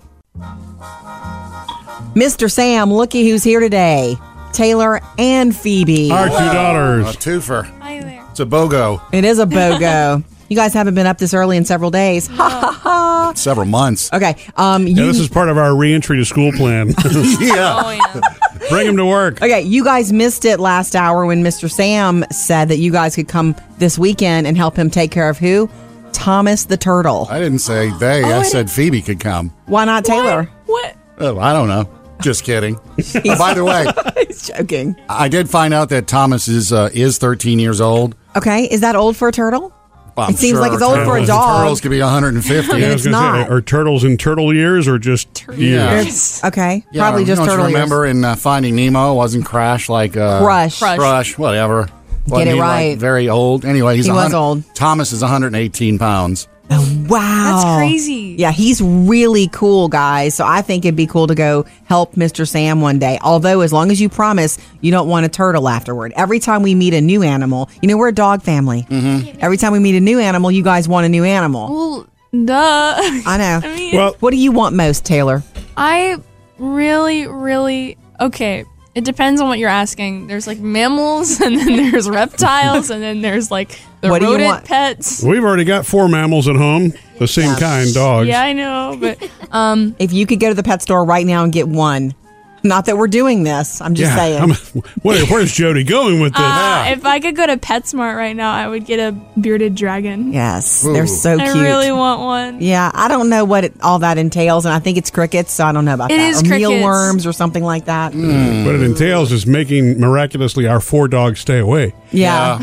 [SPEAKER 2] Mr. Sam, looky who's here today. Taylor and Phoebe.
[SPEAKER 1] Our two
[SPEAKER 3] A
[SPEAKER 1] daughters.
[SPEAKER 3] twofer.
[SPEAKER 6] Hi there.
[SPEAKER 3] It's a BOGO.
[SPEAKER 2] It is a BOGO. you guys haven't been up this early in several days.
[SPEAKER 3] Several months.
[SPEAKER 2] okay. Um
[SPEAKER 1] Yeah,
[SPEAKER 2] you
[SPEAKER 1] this is part of our reentry to school plan.
[SPEAKER 6] Oh yeah.
[SPEAKER 1] Bring them to work.
[SPEAKER 2] Okay, you guys missed it last hour when Mr. Sam said that you guys could come this weekend and help him take care of who? Thomas the turtle.
[SPEAKER 3] I didn't say they. I said Phoebe could come.
[SPEAKER 2] Why not Taylor?
[SPEAKER 6] What?
[SPEAKER 3] Oh, I don't know. Just kidding. By the way,
[SPEAKER 2] He's joking.
[SPEAKER 3] I did find out that Thomas is uh, is 13 years old.
[SPEAKER 2] Okay, is that old for a turtle?
[SPEAKER 3] I'm
[SPEAKER 2] It seems
[SPEAKER 3] sure
[SPEAKER 2] like it's old for a
[SPEAKER 3] turtles-
[SPEAKER 2] dog.
[SPEAKER 3] Turtles could be 150.
[SPEAKER 1] I
[SPEAKER 2] Yeah.
[SPEAKER 1] was
[SPEAKER 2] it's
[SPEAKER 1] gonna
[SPEAKER 2] not.
[SPEAKER 1] Say, are turtles in turtle years or just
[SPEAKER 3] Yeah.
[SPEAKER 1] years?
[SPEAKER 2] It's- Okay,
[SPEAKER 3] Yeah,
[SPEAKER 2] probably
[SPEAKER 3] you
[SPEAKER 2] just
[SPEAKER 3] don't you
[SPEAKER 2] turtle. ears.
[SPEAKER 3] Remember in uh, Finding Nemo, wasn't Crash like uh,
[SPEAKER 2] Crush.
[SPEAKER 6] Crush.
[SPEAKER 3] Crush, whatever. Wasn't
[SPEAKER 2] it
[SPEAKER 3] he, like,
[SPEAKER 2] right.
[SPEAKER 3] very old. Anyway, he's
[SPEAKER 2] He was
[SPEAKER 3] 100
[SPEAKER 2] old.
[SPEAKER 3] Thomas is 118 pounds.
[SPEAKER 2] Wow.
[SPEAKER 6] That's crazy.
[SPEAKER 2] Yeah, he's really cool, guys. So I think it'd be cool to go help Mr. Sam one day. Although, as long as you promise you don't want a turtle afterward. Every time we meet a new animal, you know, we're a dog family. Mm-hmm. Every time we meet a new animal, you guys want a new animal.
[SPEAKER 6] Well, duh.
[SPEAKER 2] I know.
[SPEAKER 6] I mean,
[SPEAKER 1] Well,
[SPEAKER 2] What do you want most, Taylor?
[SPEAKER 6] I really, really okay. It depends on what you're asking. There's like mammals, and then there's reptiles, and then there's like the
[SPEAKER 2] What do you
[SPEAKER 6] rodent
[SPEAKER 2] want?
[SPEAKER 6] pets.
[SPEAKER 1] we've already got four mammals at home, the same kind, dogs.
[SPEAKER 6] Yeah, I know, but
[SPEAKER 2] If you could go to the pet store right now and get one. Not that we're doing this. I'm just
[SPEAKER 1] Yeah,
[SPEAKER 2] saying.
[SPEAKER 1] I'm- where- where's Jody going with this?
[SPEAKER 6] uh, if I could go to PetSmart right now, I would get a bearded dragon.
[SPEAKER 2] yes, they're
[SPEAKER 3] Ooh.
[SPEAKER 2] so
[SPEAKER 6] I
[SPEAKER 2] cute.
[SPEAKER 6] really want one.
[SPEAKER 2] yeah, I don't know what it, all that entails, and I think it's crickets, so I don't know about
[SPEAKER 6] It
[SPEAKER 2] that.
[SPEAKER 6] is
[SPEAKER 2] or
[SPEAKER 6] crickets.
[SPEAKER 2] mealworms or something like that.
[SPEAKER 1] what it entails is making miraculously our four dogs stay away.
[SPEAKER 2] Yeah.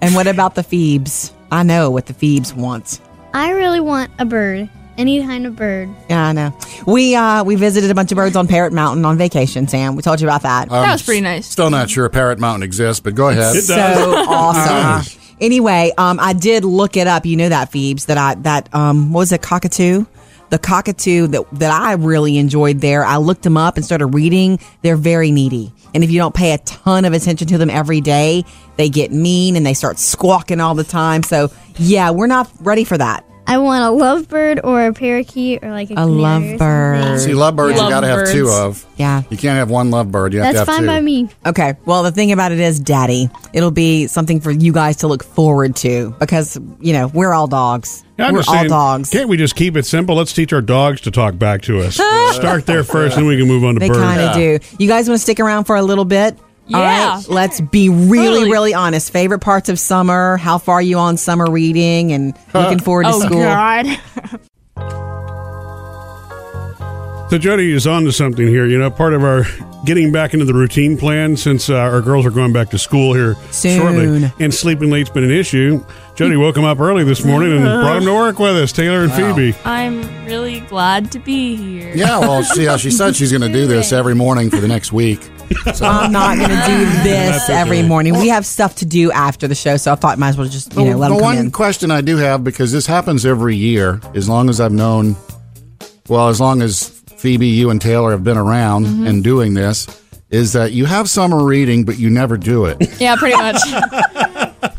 [SPEAKER 2] And what about the Phoebes? I know what the Phoebes wants.
[SPEAKER 7] I really want a bird. Any kind of bird.
[SPEAKER 2] Yeah, I know. We uh we visited a bunch of birds on Parrot Mountain on vacation, Sam. We told you about that.
[SPEAKER 6] That was pretty nice.
[SPEAKER 3] Still not sure Parrot Mountain exists, but go ahead.
[SPEAKER 1] It does.
[SPEAKER 2] so awesome. Anyway, um I did look it up. You know that Phoebes that I that um what was it cockatoo? The cockatoo that that I really enjoyed there. I looked them up and started reading. They're very needy. And if you don't pay a ton of attention to them every day, they get mean and they start squawking all the time. So, yeah, we're not ready for that.
[SPEAKER 7] I want a lovebird or a parakeet or like a,
[SPEAKER 2] A
[SPEAKER 7] canary or something.
[SPEAKER 2] lovebird.
[SPEAKER 3] See, lovebirds you got to have two
[SPEAKER 6] Lovebirds.
[SPEAKER 3] of.
[SPEAKER 2] Yeah.
[SPEAKER 3] You can't have one lovebird. You have
[SPEAKER 7] That's
[SPEAKER 3] to have
[SPEAKER 7] fine
[SPEAKER 3] two.
[SPEAKER 7] by me.
[SPEAKER 2] Okay. Well, the thing about it is, Daddy, it'll be something for you guys to look forward to because, you know, we're all dogs.
[SPEAKER 1] I'm
[SPEAKER 2] we're
[SPEAKER 1] just
[SPEAKER 2] all
[SPEAKER 1] saying,
[SPEAKER 2] dogs.
[SPEAKER 1] Can't we just keep it simple? Let's teach our dogs to talk back to us. Start there first, then we can move on to
[SPEAKER 2] They
[SPEAKER 1] birds.
[SPEAKER 2] kind of do. You guys want to stick around for a little bit? All
[SPEAKER 6] Yeah.
[SPEAKER 2] right. Let's be really,
[SPEAKER 6] Totally.
[SPEAKER 2] really honest. Favorite parts of summer? How far are you on summer reading and looking forward to
[SPEAKER 6] Oh
[SPEAKER 2] school?
[SPEAKER 6] God.
[SPEAKER 1] So Jody is on to something here. You know, part of our getting back into the routine plan since uh, our girls are going back to school here
[SPEAKER 2] Soon.
[SPEAKER 1] shortly, and sleeping late's been an issue. Jody woke him up early this morning and brought him to work with us, Taylor and Phoebe.
[SPEAKER 6] I'm really glad to be here.
[SPEAKER 3] Yeah, well, see how she said she's going to do this every morning for the next week.
[SPEAKER 2] I'm not going to do this every morning. We have stuff to do after the show, so I thought might as well just, you know, let
[SPEAKER 3] the
[SPEAKER 2] them come
[SPEAKER 3] one
[SPEAKER 2] in.
[SPEAKER 3] question I do have, because this happens every year, as long as I've known, well, as long as Phoebe, you, and Taylor have been around
[SPEAKER 2] Mm-hmm.
[SPEAKER 3] and doing this, is that you have summer reading, but you never do it.
[SPEAKER 6] Yeah, pretty much.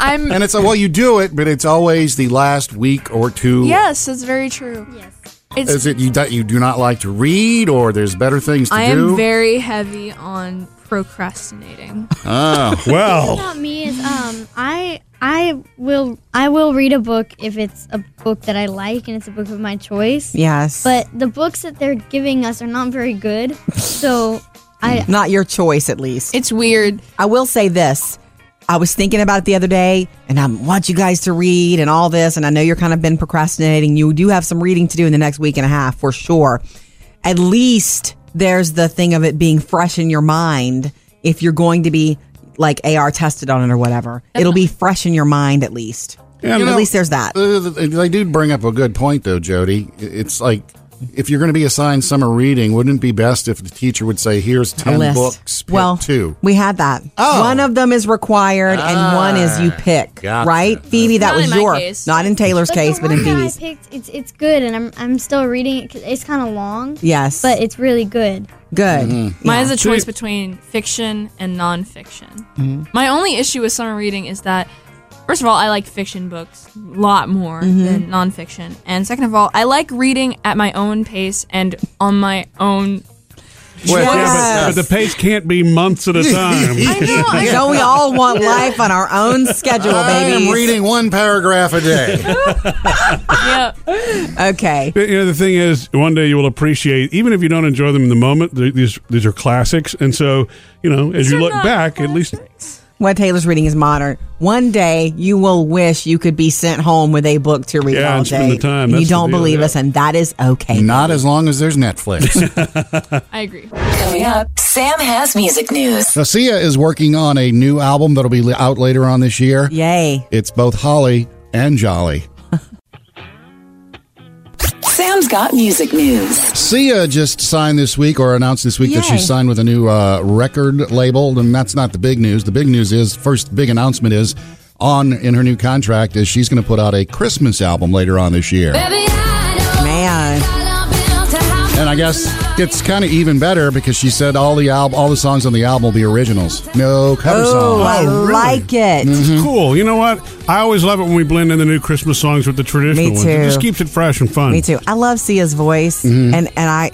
[SPEAKER 6] I'm.
[SPEAKER 3] and it's like, well, you do it, but it's always the last week or two.
[SPEAKER 6] Yes, that's very true.
[SPEAKER 7] Yes.
[SPEAKER 6] It's
[SPEAKER 3] Is it you that you do not like to read, or there's better things to
[SPEAKER 6] I
[SPEAKER 3] do?
[SPEAKER 6] am very heavy on procrastinating.
[SPEAKER 1] Well,
[SPEAKER 7] About me is um I I will I will read a book if it's a book that I like and it's a book of my choice.
[SPEAKER 2] Yes.
[SPEAKER 7] But the books that they're giving us are not very good. So I
[SPEAKER 2] not your choice, at least.
[SPEAKER 6] It's weird.
[SPEAKER 2] I will say this. I was thinking about it the other day, and I want you guys to read and all this. And I know you're kind of been procrastinating. You do have some reading to do in the next week and a half for sure. At least there's the thing of it being fresh in your mind if you're going to be like AR tested on it or whatever. It'll be fresh in your mind at least.
[SPEAKER 1] You
[SPEAKER 2] at
[SPEAKER 1] know-
[SPEAKER 2] least there's that.
[SPEAKER 3] Uh, They do bring up a good point, though, Jody. It's like if you're going to be assigned summer reading, wouldn't it be best if the teacher would say, "Here's
[SPEAKER 2] A
[SPEAKER 3] ten
[SPEAKER 2] list.
[SPEAKER 3] books, pick
[SPEAKER 2] well,
[SPEAKER 3] two."
[SPEAKER 2] We had that.
[SPEAKER 3] Oh. Ah,
[SPEAKER 2] One of them is required, and one is you pick.
[SPEAKER 3] gotcha.
[SPEAKER 2] Right, Phoebe? That
[SPEAKER 6] Not
[SPEAKER 2] was
[SPEAKER 6] in my
[SPEAKER 2] your,
[SPEAKER 6] case.
[SPEAKER 2] not in Taylor's
[SPEAKER 7] but
[SPEAKER 2] case,
[SPEAKER 7] the
[SPEAKER 2] but in
[SPEAKER 7] one that I
[SPEAKER 2] Phoebe's.
[SPEAKER 7] picked it's it's good and I'm I'm still reading it 'cause it's kind of long.
[SPEAKER 2] Yes,
[SPEAKER 7] But it's really good.
[SPEAKER 2] good.
[SPEAKER 1] Mm-hmm.
[SPEAKER 6] Mine is a choice between fiction and nonfiction.
[SPEAKER 3] Mm-hmm.
[SPEAKER 6] My only issue with summer reading is that, first of all, I like fiction books a lot more
[SPEAKER 3] Mm-hmm.
[SPEAKER 6] than nonfiction. And second of all, I like reading at my own pace and on my own.
[SPEAKER 3] Well,
[SPEAKER 1] yeah,
[SPEAKER 2] Yes.
[SPEAKER 1] but, but the pace can't be months at a time.
[SPEAKER 6] I know, I
[SPEAKER 2] Don't we all want life on our own schedule,
[SPEAKER 3] I am
[SPEAKER 2] baby?
[SPEAKER 3] reading one paragraph a day.
[SPEAKER 6] yeah.
[SPEAKER 2] Okay.
[SPEAKER 1] But, you know, the thing is, one day you will appreciate, even if you don't enjoy them in the moment, th- these these are classics. And so, you know, as you
[SPEAKER 6] They're
[SPEAKER 1] look
[SPEAKER 6] not
[SPEAKER 1] back, at least
[SPEAKER 6] classics.
[SPEAKER 2] What Taylor's reading is modern. One day you will wish you could be sent home with a book to read
[SPEAKER 1] Yeah,
[SPEAKER 2] all
[SPEAKER 1] and
[SPEAKER 2] day.
[SPEAKER 1] spend the time.
[SPEAKER 2] you
[SPEAKER 1] That's the
[SPEAKER 2] don't
[SPEAKER 1] deal,
[SPEAKER 2] believe
[SPEAKER 1] yeah. Mm.
[SPEAKER 2] us, and that is okay.
[SPEAKER 3] Not as long as there's Netflix.
[SPEAKER 6] I agree.
[SPEAKER 4] Coming up, Sam has music news.
[SPEAKER 3] now, Sia is working on a new album that'll be out later on this year.
[SPEAKER 2] Yay.
[SPEAKER 3] It's both Holly and jolly.
[SPEAKER 4] Sam's got music news.
[SPEAKER 3] Sia just signed this week or announced this week that she
[SPEAKER 2] Yay.
[SPEAKER 3] signed with a new uh, record label, and that's not the big news. The big news is first big announcement is on in her new contract is she's going to put out a Christmas album later on this year.
[SPEAKER 2] Man.
[SPEAKER 3] And I guess it's kind of even better because she said all the al- all the songs on the album will be originals, no cover
[SPEAKER 2] Oh,
[SPEAKER 3] songs.
[SPEAKER 2] I
[SPEAKER 1] really?
[SPEAKER 2] like it.
[SPEAKER 6] Mm-hmm.
[SPEAKER 1] Cool. You know what? I always love it when we blend in the new Christmas songs with the traditional
[SPEAKER 2] Me
[SPEAKER 1] ones. It
[SPEAKER 2] too.
[SPEAKER 1] just keeps it fresh and fun.
[SPEAKER 2] Me too. I love Sia's voice,
[SPEAKER 1] Mm-hmm.
[SPEAKER 2] and and I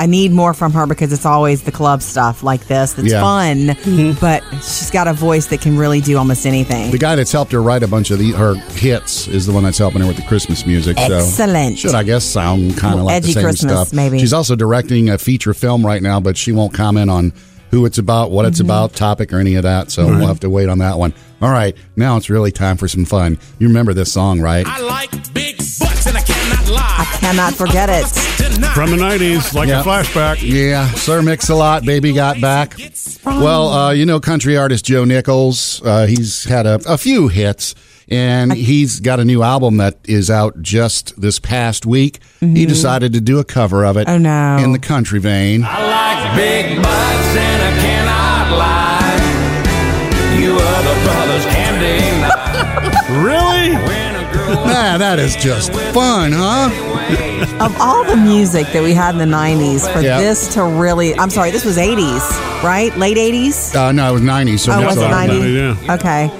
[SPEAKER 2] I need more from her because it's always the club stuff like this that's
[SPEAKER 3] Yeah.
[SPEAKER 2] fun,
[SPEAKER 1] Mm-hmm.
[SPEAKER 2] but she's got a voice that can really do almost anything.
[SPEAKER 3] The guy that's helped her write a bunch of the, her hits is the one that's helping her with the Christmas music.
[SPEAKER 2] Excellent.
[SPEAKER 3] So should I guess sound kind of like the
[SPEAKER 2] Edgy
[SPEAKER 3] same
[SPEAKER 2] Christmas,
[SPEAKER 3] stuff.
[SPEAKER 2] maybe.
[SPEAKER 3] She's also directing a feature film right now, but she won't comment on who it's about, what
[SPEAKER 2] Mm-hmm.
[SPEAKER 3] it's about, topic, or any of that. So we'll have to wait on that one. All right, now it's really time for some fun. You remember this song, right?
[SPEAKER 8] I like big butts and I cannot lie.
[SPEAKER 2] I cannot forget it.
[SPEAKER 1] From the 90s, like
[SPEAKER 3] Yeah.
[SPEAKER 1] a flashback.
[SPEAKER 3] Yeah, Sir Mix a Lot, Baby Got Back. Well, uh, you know country artist Joe Nichols. Uh, he's had a, a few hits, and he's got a new album that is out just this past week. He decided to do a cover of it.
[SPEAKER 2] Mm-hmm. Oh, no.
[SPEAKER 3] In the country vein.
[SPEAKER 8] I like big butts and I cannot lie. You other brothers can deny.
[SPEAKER 1] Really?
[SPEAKER 8] When a girl
[SPEAKER 3] Ah, that is just fun, huh?
[SPEAKER 2] Of all the music that we had in the 90s, for
[SPEAKER 3] Yeah.
[SPEAKER 2] this to really, I'm sorry, this was 80s, right? Late 80s?
[SPEAKER 3] Uh, no, it was '90s. So
[SPEAKER 2] Oh,
[SPEAKER 3] no,
[SPEAKER 2] was it
[SPEAKER 3] sorry.
[SPEAKER 2] 90?
[SPEAKER 1] yeah.
[SPEAKER 2] Okay.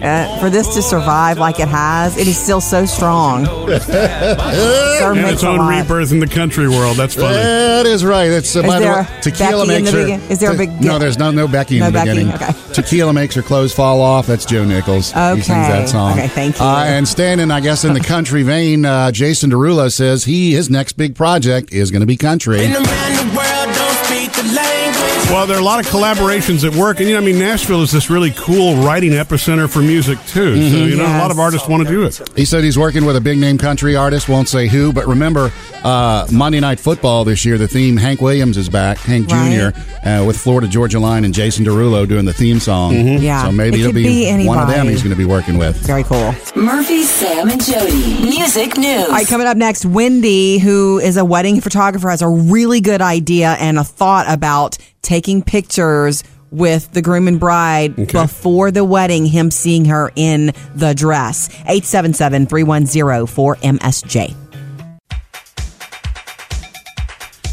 [SPEAKER 2] Uh, for this to survive like it has, it is still so strong. Sir
[SPEAKER 1] And
[SPEAKER 2] makes
[SPEAKER 1] its
[SPEAKER 2] a
[SPEAKER 1] own
[SPEAKER 2] lot.
[SPEAKER 1] rebirth in the country world. That's funny.
[SPEAKER 3] That is right. That's uh,
[SPEAKER 2] Is
[SPEAKER 3] by the
[SPEAKER 2] there
[SPEAKER 3] way,
[SPEAKER 2] a
[SPEAKER 3] tequila
[SPEAKER 2] Becky in
[SPEAKER 3] makes
[SPEAKER 2] the
[SPEAKER 3] her.
[SPEAKER 2] begin- is there a big-
[SPEAKER 3] no? There's no no Becky in
[SPEAKER 2] No
[SPEAKER 3] the
[SPEAKER 2] Becky,
[SPEAKER 3] beginning.
[SPEAKER 2] okay.
[SPEAKER 3] Tequila makes her clothes fall off. That's Joe Nichols. he sings
[SPEAKER 2] Okay.
[SPEAKER 3] that song.
[SPEAKER 2] Okay, thank you.
[SPEAKER 3] Uh, and standing, I guess, in the country vein, uh, Jason Derulo says he his next big project is going to be country.
[SPEAKER 8] around the world don't speak the language.
[SPEAKER 1] Well, there are a lot of collaborations at work. And, you know, I mean, Nashville is this really cool writing epicenter for music, too. So,
[SPEAKER 3] Mm-hmm.
[SPEAKER 1] you know, a lot
[SPEAKER 2] Yes.
[SPEAKER 1] of artists want to do it.
[SPEAKER 3] He said he's working with a big name country artist. Won't say who, but remember uh, Monday Night Football this year. The theme Hank Williams is back. Hank
[SPEAKER 2] Right.
[SPEAKER 3] Jr. Uh, with Florida Georgia Line and Jason Derulo doing the theme song.
[SPEAKER 2] Mm-hmm. Yeah.
[SPEAKER 3] So maybe
[SPEAKER 2] It
[SPEAKER 3] will
[SPEAKER 2] could be
[SPEAKER 3] one of them
[SPEAKER 2] anybody.
[SPEAKER 3] he's going to be working with.
[SPEAKER 2] Very cool.
[SPEAKER 4] Murphy, Sam, and Jody. Music news.
[SPEAKER 2] All right, coming up next, Wendy, who is a wedding photographer, has a really good idea and a thought about taking pictures with the groom and bride before the wedding, him seeing her in the dress. 877 310 4MSJ.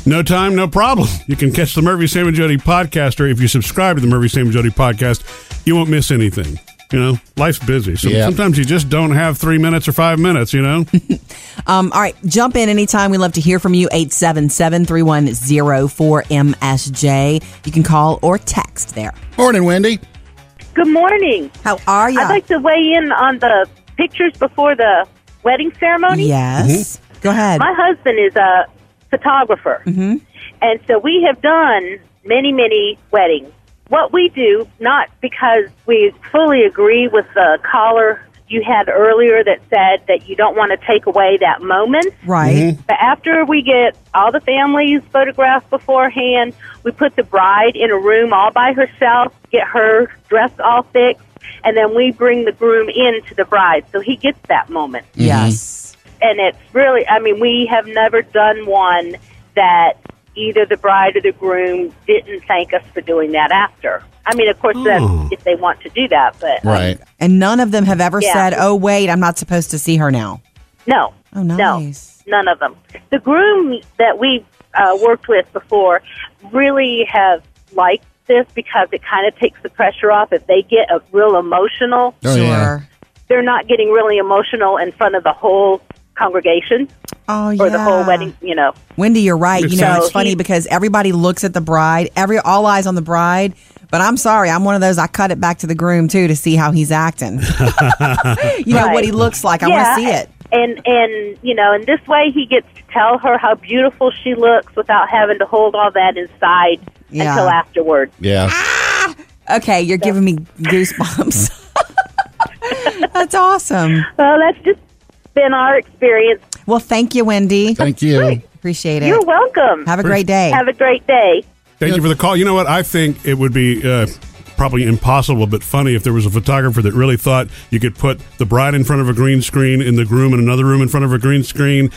[SPEAKER 1] No time, no problem. You can catch the Murphy, Sam, and Jody podcast, or if you subscribe to the Murphy, Sam, and Jody podcast, you won't miss anything. You know, life's busy. So
[SPEAKER 3] Yeah.
[SPEAKER 1] sometimes you just don't have three minutes or five minutes, you know?
[SPEAKER 2] Um, all right, jump in anytime. We love to hear from you. 877 310 4MSJ. You can call or text there.
[SPEAKER 3] Morning, Wendy.
[SPEAKER 9] Good morning.
[SPEAKER 2] How are you?
[SPEAKER 9] I'd like to weigh in on the pictures before the wedding ceremony.
[SPEAKER 2] Yes.
[SPEAKER 3] Mm-hmm.
[SPEAKER 2] Go ahead.
[SPEAKER 9] My husband is a photographer. And so we have done many, many weddings. What we do, not because we fully agree with the caller you had earlier that said that you don't want to take away that moment,
[SPEAKER 2] Right.
[SPEAKER 3] Mm-hmm.
[SPEAKER 9] but after we get all the families photographed beforehand, we put the bride in a room all by herself, get her dress all fixed, and then we bring the groom in to the bride so he gets that moment.
[SPEAKER 2] Yes.
[SPEAKER 9] And it's really, I mean, we have never done one that either the bride or the groom didn't thank us for doing that after. I mean, of course, that's if they want to do that, but um,
[SPEAKER 3] Right.
[SPEAKER 2] And none of them have ever
[SPEAKER 9] Yeah.
[SPEAKER 2] said, oh, wait, I'm not supposed to see her now.
[SPEAKER 9] No.
[SPEAKER 2] Oh, nice.
[SPEAKER 9] No, none of them. The groom that we uh, worked with before really have liked this because it kind of takes the pressure off. If they get a real emotional,
[SPEAKER 3] Oh, yeah.
[SPEAKER 9] they're not getting really emotional in front of the whole congregation
[SPEAKER 2] Oh, yeah.
[SPEAKER 9] or the whole wedding, you know.
[SPEAKER 2] Wendy, you're right. You know,
[SPEAKER 9] So
[SPEAKER 2] it's funny
[SPEAKER 9] he-
[SPEAKER 2] because everybody looks at the bride, every all eyes on the bride. But I'm sorry, I'm one of those. I cut it back to the groom too to see how he's acting. you know what he looks like. I want to see it.
[SPEAKER 9] And and you know, in this way he gets to tell her how beautiful she looks without having to hold all that inside
[SPEAKER 2] Yeah.
[SPEAKER 9] until afterward.
[SPEAKER 3] Yeah.
[SPEAKER 2] Ah, Okay, you're giving me goosebumps. That's awesome.
[SPEAKER 9] Well, that's just been our experience.
[SPEAKER 2] Well, thank you, Wendy.
[SPEAKER 3] Thank you.
[SPEAKER 2] Appreciate it.
[SPEAKER 9] You're welcome.
[SPEAKER 2] Have a great day.
[SPEAKER 9] Have a great day.
[SPEAKER 1] Thank you for the call. You know what? I think it would be uh, probably impossible but funny if there was a photographer that really thought you could put the bride in front of a green screen and the groom in another room in front of a green screen.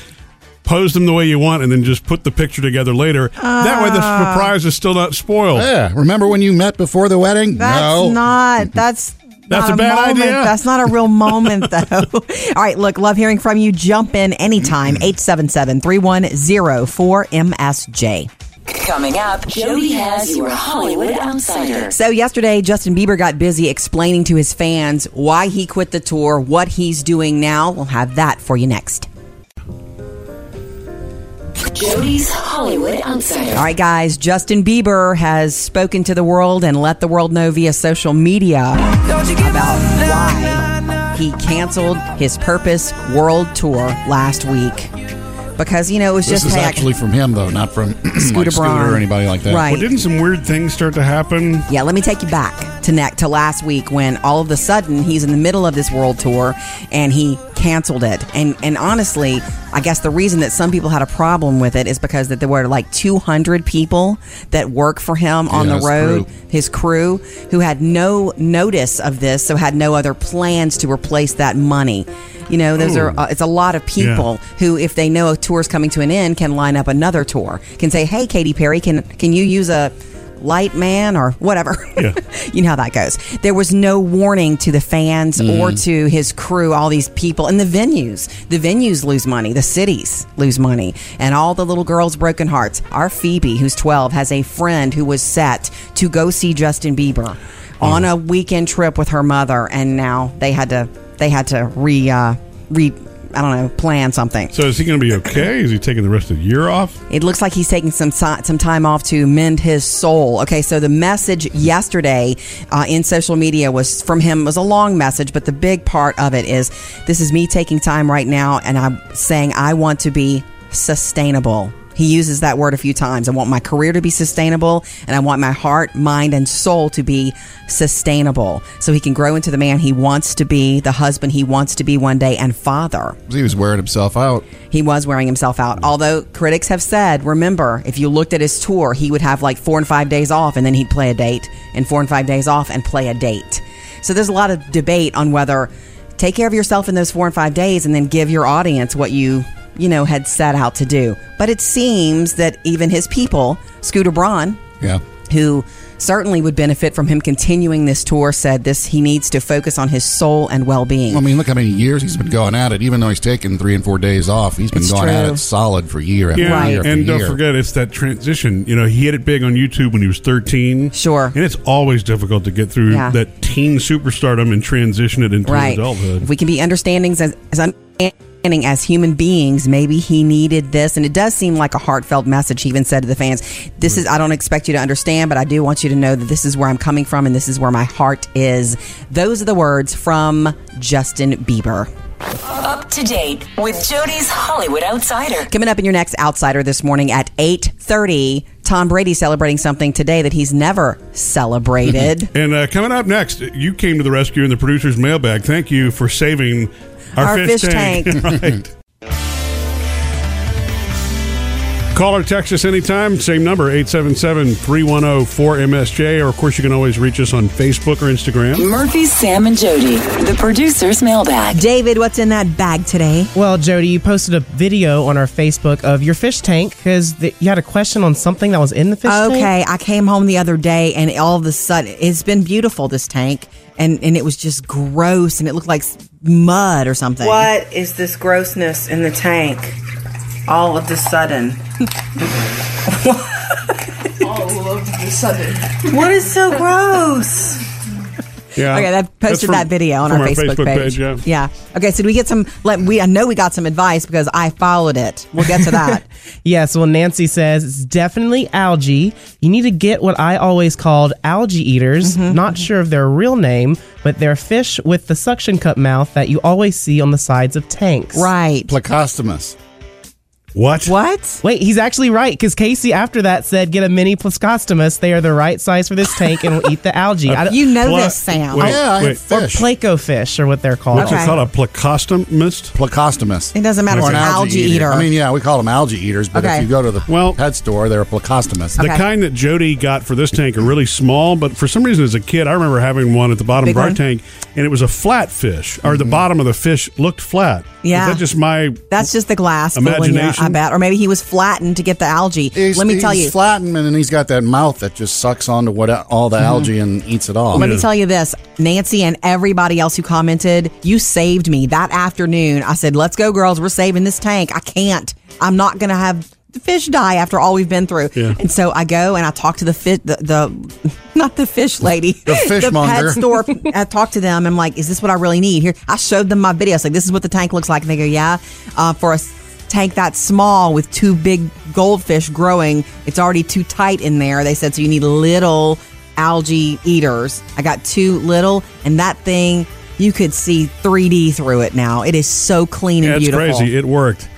[SPEAKER 1] Pose them the way you want, and then just put the picture together later. that way, the surprise is still not spoiled.
[SPEAKER 3] Yeah. Remember when you met before the wedding?
[SPEAKER 2] That's
[SPEAKER 3] no.
[SPEAKER 2] not. That's.
[SPEAKER 1] That's
[SPEAKER 2] not
[SPEAKER 1] a bad
[SPEAKER 2] moment.
[SPEAKER 1] idea.
[SPEAKER 2] That's not a real moment, though. All right, look, love hearing from you. Jump in anytime. 877 310 4MSJ.
[SPEAKER 4] Coming up, Jody has your Hollywood Outsider.
[SPEAKER 2] So, yesterday, Justin Bieber got busy explaining to his fans why he quit the tour, what he's doing now. We'll have that for you next.
[SPEAKER 4] Jody's Hollywood Outsider.
[SPEAKER 2] All right, guys, Justin Bieber has spoken to the world and let the world know via social media about why he canceled his Purpose World Tour last week. Because, you know, it was
[SPEAKER 3] This
[SPEAKER 2] just
[SPEAKER 3] is
[SPEAKER 2] hey, I-
[SPEAKER 3] actually from him, though, not from
[SPEAKER 2] Scooter
[SPEAKER 3] like Scooter
[SPEAKER 2] Braun.
[SPEAKER 3] or anybody like that.
[SPEAKER 2] Right.
[SPEAKER 1] Well, didn't some weird things start to happen?
[SPEAKER 2] Yeah, let me take you back to neck to last week when all of a sudden he's in the middle of this world tour and he canceled it. And and honestly, I guess the reason that some people had a problem with it is because that there were like 200 people that work for him on
[SPEAKER 3] Yeah,
[SPEAKER 2] the
[SPEAKER 3] his
[SPEAKER 2] road,
[SPEAKER 3] crew.
[SPEAKER 2] his crew, who had no notice of this, so had no other plans to replace that money. You know, those are uh, it's a lot of people who, if they know a tour's coming to an end, can line up another tour. Can say, "Hey, Katy Perry, can can you use a light man or whatever?"
[SPEAKER 1] Yeah.
[SPEAKER 2] you know how that goes. There was no warning to the fans or to his crew, all these people, and the venues. The venues lose money, the cities lose money, and all the little girls' broken hearts. Our Phoebe, who's 12, has a friend who was set to go see Justin Bieber on a weekend trip with her mother, and now they had to they had to re uh, re I don't know plan something.
[SPEAKER 1] So is he going to be okay? is he taking the rest of the year off?
[SPEAKER 2] It looks like he's taking some si- some time off to mend his soul. Okay, so the message yesterday uh, in social media was from him was a long message, but the big part of it is this is me taking time right now, and I'm saying I want to be sustainable. He uses that word a few times. I want my career to be sustainable, and I want my heart, mind, and soul to be sustainable, so he can grow into the man he wants to be, the husband he wants to be one day, and father
[SPEAKER 3] He was wearing himself out.
[SPEAKER 2] he was wearing himself out. Although critics have said, remember, if you looked at his tour, he would have like four and five days off and then he'd play a date, and four and five days off and play a date. So there's a lot of debate on whether take care of yourself in those four and five days and then give your audience what you, you know, had set out to do. But it seems that even his people, Scooter Braun,
[SPEAKER 3] Yeah.
[SPEAKER 2] who certainly would benefit from him continuing this tour, said this he needs to focus on his soul and well being.
[SPEAKER 3] I mean, look how many years he's been going at it. Even though he's taken three and four days off, he's been
[SPEAKER 2] It's
[SPEAKER 3] going at
[SPEAKER 2] true.
[SPEAKER 3] it solid for year after
[SPEAKER 1] Yeah,
[SPEAKER 2] Right.
[SPEAKER 3] year after
[SPEAKER 1] and don't
[SPEAKER 3] year.
[SPEAKER 1] forget, it's that transition. You know, he hit it big on YouTube when he was 13.
[SPEAKER 2] Sure.
[SPEAKER 1] And it's always difficult to get through
[SPEAKER 2] Yeah.
[SPEAKER 1] that teen superstardom and transition it into
[SPEAKER 2] right.
[SPEAKER 1] adulthood.
[SPEAKER 2] If we can be understandings as, as understanding as human beings, maybe he needed this, and it does seem like a heartfelt message. He even said to the fans, "This is I don't expect you to understand, but I do want you to know that this is where I'm coming from, and this is where my heart is." Those are the words from Justin Bieber.
[SPEAKER 4] Up to date with Jody's Hollywood Outsider.
[SPEAKER 2] Coming up in your next Outsider this morning at eight thirty. Tom Brady celebrating something today that he's never celebrated.
[SPEAKER 1] and uh, coming up next, you came to the rescue in the producer's mailbag. Thank you for saving our,
[SPEAKER 2] Our fish
[SPEAKER 1] right. Call or text us anytime. Same number, 877-310-4MSJ. Or, of course, you can always reach us on Facebook or Instagram.
[SPEAKER 4] Murphy's Sam and Jody, the producer's mailbag.
[SPEAKER 2] David, what's in that bag today?
[SPEAKER 5] Well, Jody, you posted a video on our Facebook of your fish tank because you had a question on something that was in the fish tank.
[SPEAKER 2] Okay, I came home the other day and all of a sudden it's been beautiful this tank and and it was just gross and it looked like s- mud or something.
[SPEAKER 10] What is this grossness in the tank all of the sudden? What is so gross?
[SPEAKER 1] Yeah.
[SPEAKER 2] Okay, I
[SPEAKER 1] That's
[SPEAKER 2] posted
[SPEAKER 1] from-
[SPEAKER 2] that video on
[SPEAKER 1] from
[SPEAKER 2] our, Facebook, page.
[SPEAKER 1] yeah.
[SPEAKER 2] Okay, so do we get some let we I know we got some advice because I followed it. We'll get to that.
[SPEAKER 5] Yes, well, Nancy says it's definitely algae. You need to get what I always called algae eaters.
[SPEAKER 2] Mm-hmm.
[SPEAKER 5] Not sure of their real name, but they're fish with the suction cup mouth that you always see on the sides of tanks.
[SPEAKER 2] right.
[SPEAKER 3] Placostomus.
[SPEAKER 1] What?
[SPEAKER 2] What?
[SPEAKER 5] Wait, he's actually right because Casey after that said, "Get a mini Plecostomus. They are the right size for this tank and will eat the algae." I don't-
[SPEAKER 2] You know
[SPEAKER 1] Pla-
[SPEAKER 2] this, Sam.
[SPEAKER 1] wait,
[SPEAKER 3] Yeah, I had
[SPEAKER 1] wait.
[SPEAKER 5] or
[SPEAKER 3] fish.
[SPEAKER 5] placo fish, or what they're called.
[SPEAKER 1] What's
[SPEAKER 2] Okay.
[SPEAKER 1] it called? A placostomist?
[SPEAKER 3] Placostomus.
[SPEAKER 2] It doesn't matter, it's
[SPEAKER 3] Or
[SPEAKER 2] an algae eater.
[SPEAKER 3] I mean, yeah, we call them algae eaters, but
[SPEAKER 2] Okay.
[SPEAKER 3] if you go to the
[SPEAKER 1] Well-
[SPEAKER 3] pet store, they're a placostomus.
[SPEAKER 1] The
[SPEAKER 2] Okay.
[SPEAKER 1] kind that Jody got for this tank are really small, but for some reason as a kid, I remember having one at the bottom
[SPEAKER 2] Big
[SPEAKER 1] of our
[SPEAKER 2] one?
[SPEAKER 1] tank, and it was a flat fish, or
[SPEAKER 3] Mm-hmm.
[SPEAKER 1] the bottom of the fish looked flat.
[SPEAKER 2] Yeah.
[SPEAKER 1] Is that just my.
[SPEAKER 2] That's just the glass fooling you, I
[SPEAKER 1] Imagination?
[SPEAKER 2] bet. Or maybe he was flattened to get the algae.
[SPEAKER 3] He's,
[SPEAKER 2] Let me tell
[SPEAKER 3] he's
[SPEAKER 2] you.
[SPEAKER 3] flattened, and then he's got that mouth that just sucks onto what all the algae and eats it all.
[SPEAKER 2] Mm-hmm. Let me tell you this, Nancy and everybody else who commented, you saved me that afternoon. I said, "Let's go, girls. We're saving this tank. I can't. I'm not gonna have the fish die after all we've been through."
[SPEAKER 1] Yeah.
[SPEAKER 2] And so I go and I talk to the fit the, the not the fish lady, the
[SPEAKER 3] fishmonger.
[SPEAKER 2] pet store. I talk to them. I'm like, "Is this what I really need?" Here, I showed them my video. I was like, "This is what the tank looks like." And they go, "Yeah, uh, for a s- tank that small with two big goldfish growing, it's already too tight in there." They said, "So you need little." algae eaters. I got two little, and that thing you could see 3D through it now. It is so clean and
[SPEAKER 1] That's
[SPEAKER 2] beautiful.
[SPEAKER 1] crazy. It worked.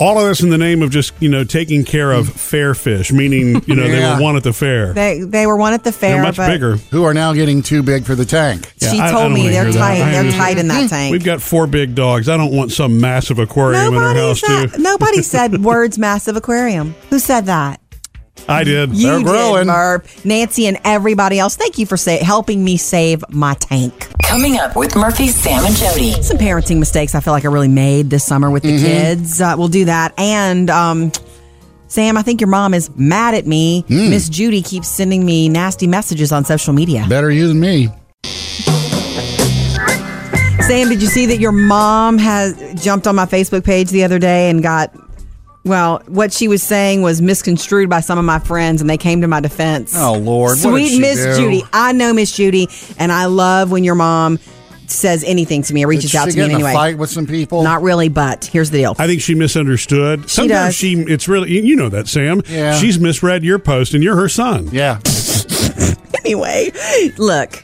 [SPEAKER 1] All of this in the name of just, you know, taking care of fair fish, meaning, you know, they
[SPEAKER 3] Yeah.
[SPEAKER 1] were one at the fair.
[SPEAKER 2] They they were one at the fair,
[SPEAKER 1] They're much
[SPEAKER 2] but
[SPEAKER 1] bigger.
[SPEAKER 3] Who are now getting too big for the tank.
[SPEAKER 1] Yeah,
[SPEAKER 2] she
[SPEAKER 1] I- I
[SPEAKER 2] told
[SPEAKER 1] don't
[SPEAKER 2] me
[SPEAKER 1] wanna
[SPEAKER 2] they're
[SPEAKER 1] hear that.
[SPEAKER 2] tight.
[SPEAKER 1] I
[SPEAKER 2] They're
[SPEAKER 1] understand.
[SPEAKER 2] tight in that tank.
[SPEAKER 1] We've got four big dogs. I don't want some massive aquarium in our
[SPEAKER 2] Nobody
[SPEAKER 1] house,
[SPEAKER 2] said,
[SPEAKER 1] too.
[SPEAKER 2] nobody said words massive aquarium. Who said that?
[SPEAKER 1] I did.
[SPEAKER 2] You
[SPEAKER 3] They're growing.
[SPEAKER 2] did, Merp. Nancy and everybody else. Thank you for sa- helping me save my tank.
[SPEAKER 4] Coming up with Murphy, Sam, and Jody.
[SPEAKER 2] Some parenting mistakes I feel like I really made this summer with
[SPEAKER 3] Mm-hmm.
[SPEAKER 2] the kids. Uh, we'll do that. And um, Sam, I think your mom is mad at me.
[SPEAKER 3] Hmm.
[SPEAKER 2] Miss Judy keeps sending me nasty messages on social media.
[SPEAKER 3] Better you than me.
[SPEAKER 2] Sam, did you see that your mom has jumped on my Facebook page the other day and got well, what she was saying was misconstrued by some of my friends, and they came to my defense.
[SPEAKER 3] Oh, Lord. What did
[SPEAKER 2] sweet
[SPEAKER 3] she
[SPEAKER 2] Miss
[SPEAKER 3] do?
[SPEAKER 2] Judy, I know Miss Judy, and I love when your mom says anything to me or
[SPEAKER 3] Did
[SPEAKER 2] reaches
[SPEAKER 3] she
[SPEAKER 2] out to
[SPEAKER 3] get
[SPEAKER 2] me
[SPEAKER 3] in
[SPEAKER 2] anyway.
[SPEAKER 3] a fight with some people?
[SPEAKER 2] Not really, but here's the deal.
[SPEAKER 1] I think she misunderstood.
[SPEAKER 2] does.
[SPEAKER 1] Sometimes she, it's really, you- you know that, Sam.
[SPEAKER 3] Yeah.
[SPEAKER 1] She's misread your post and you're her son.
[SPEAKER 3] yeah.
[SPEAKER 2] anyway, look,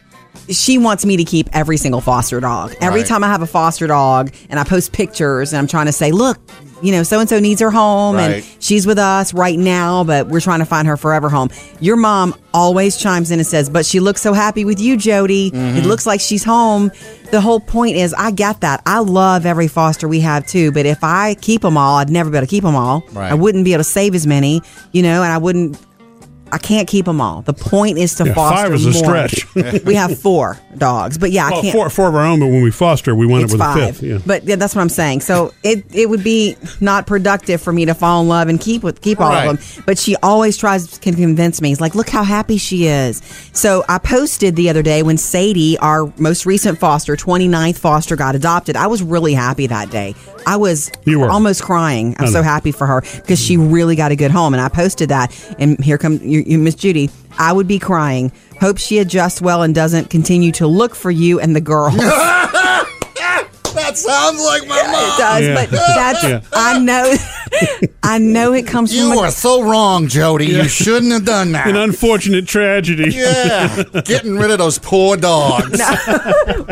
[SPEAKER 2] she wants me to keep every single foster dog. Every
[SPEAKER 3] Right.
[SPEAKER 2] time I have a foster dog and I post pictures and I'm trying to say, look, you know, so and so needs her home
[SPEAKER 3] Right.
[SPEAKER 2] and she's with us right now, but we're trying to find her forever home. Your mom always chimes in and says, but she looks so happy with you, Jody. It
[SPEAKER 3] Mm-hmm.
[SPEAKER 2] looks like she's home. The whole point is, I get that. I love every foster we have too, but if I keep them all, I'd never be able to keep them all.
[SPEAKER 3] Right.
[SPEAKER 2] I wouldn't be able to save as many, you know, and I wouldn't I can't keep them all. The point is to
[SPEAKER 1] Yeah,
[SPEAKER 2] foster
[SPEAKER 1] five is a
[SPEAKER 2] more.
[SPEAKER 1] stretch.
[SPEAKER 2] we have four dogs, but yeah, I
[SPEAKER 1] Well,
[SPEAKER 2] can't.
[SPEAKER 1] four, four of our own, but when we foster, we wind up
[SPEAKER 2] it's
[SPEAKER 1] with
[SPEAKER 2] five,
[SPEAKER 1] a fifth. Yeah.
[SPEAKER 2] but yeah, that's what I'm saying. So it it would be not productive for me to fall in love and keep with keep all
[SPEAKER 3] Right.
[SPEAKER 2] of them. But she always tries to convince me. It's like, look how happy she is. So I posted the other day when Sadie, our most recent foster, 29th foster, got adopted. I was really happy that day. I was
[SPEAKER 1] You were.
[SPEAKER 2] almost crying. I'm so
[SPEAKER 1] know.
[SPEAKER 2] happy for her because she really got a good home. And I posted that. And here comes you, you, Miss Judy. I would be crying. Hope she adjusts well and doesn't continue to look for you and the girls.
[SPEAKER 3] That sounds like my
[SPEAKER 2] it
[SPEAKER 3] mom.
[SPEAKER 2] does,
[SPEAKER 1] Uh, Yeah.
[SPEAKER 2] but that's
[SPEAKER 1] Yeah.
[SPEAKER 2] I know I know it comes from
[SPEAKER 3] You
[SPEAKER 2] a-
[SPEAKER 3] are so wrong, Jody. You shouldn't have done that.
[SPEAKER 1] An unfortunate tragedy.
[SPEAKER 3] yeah. Getting rid of those poor dogs.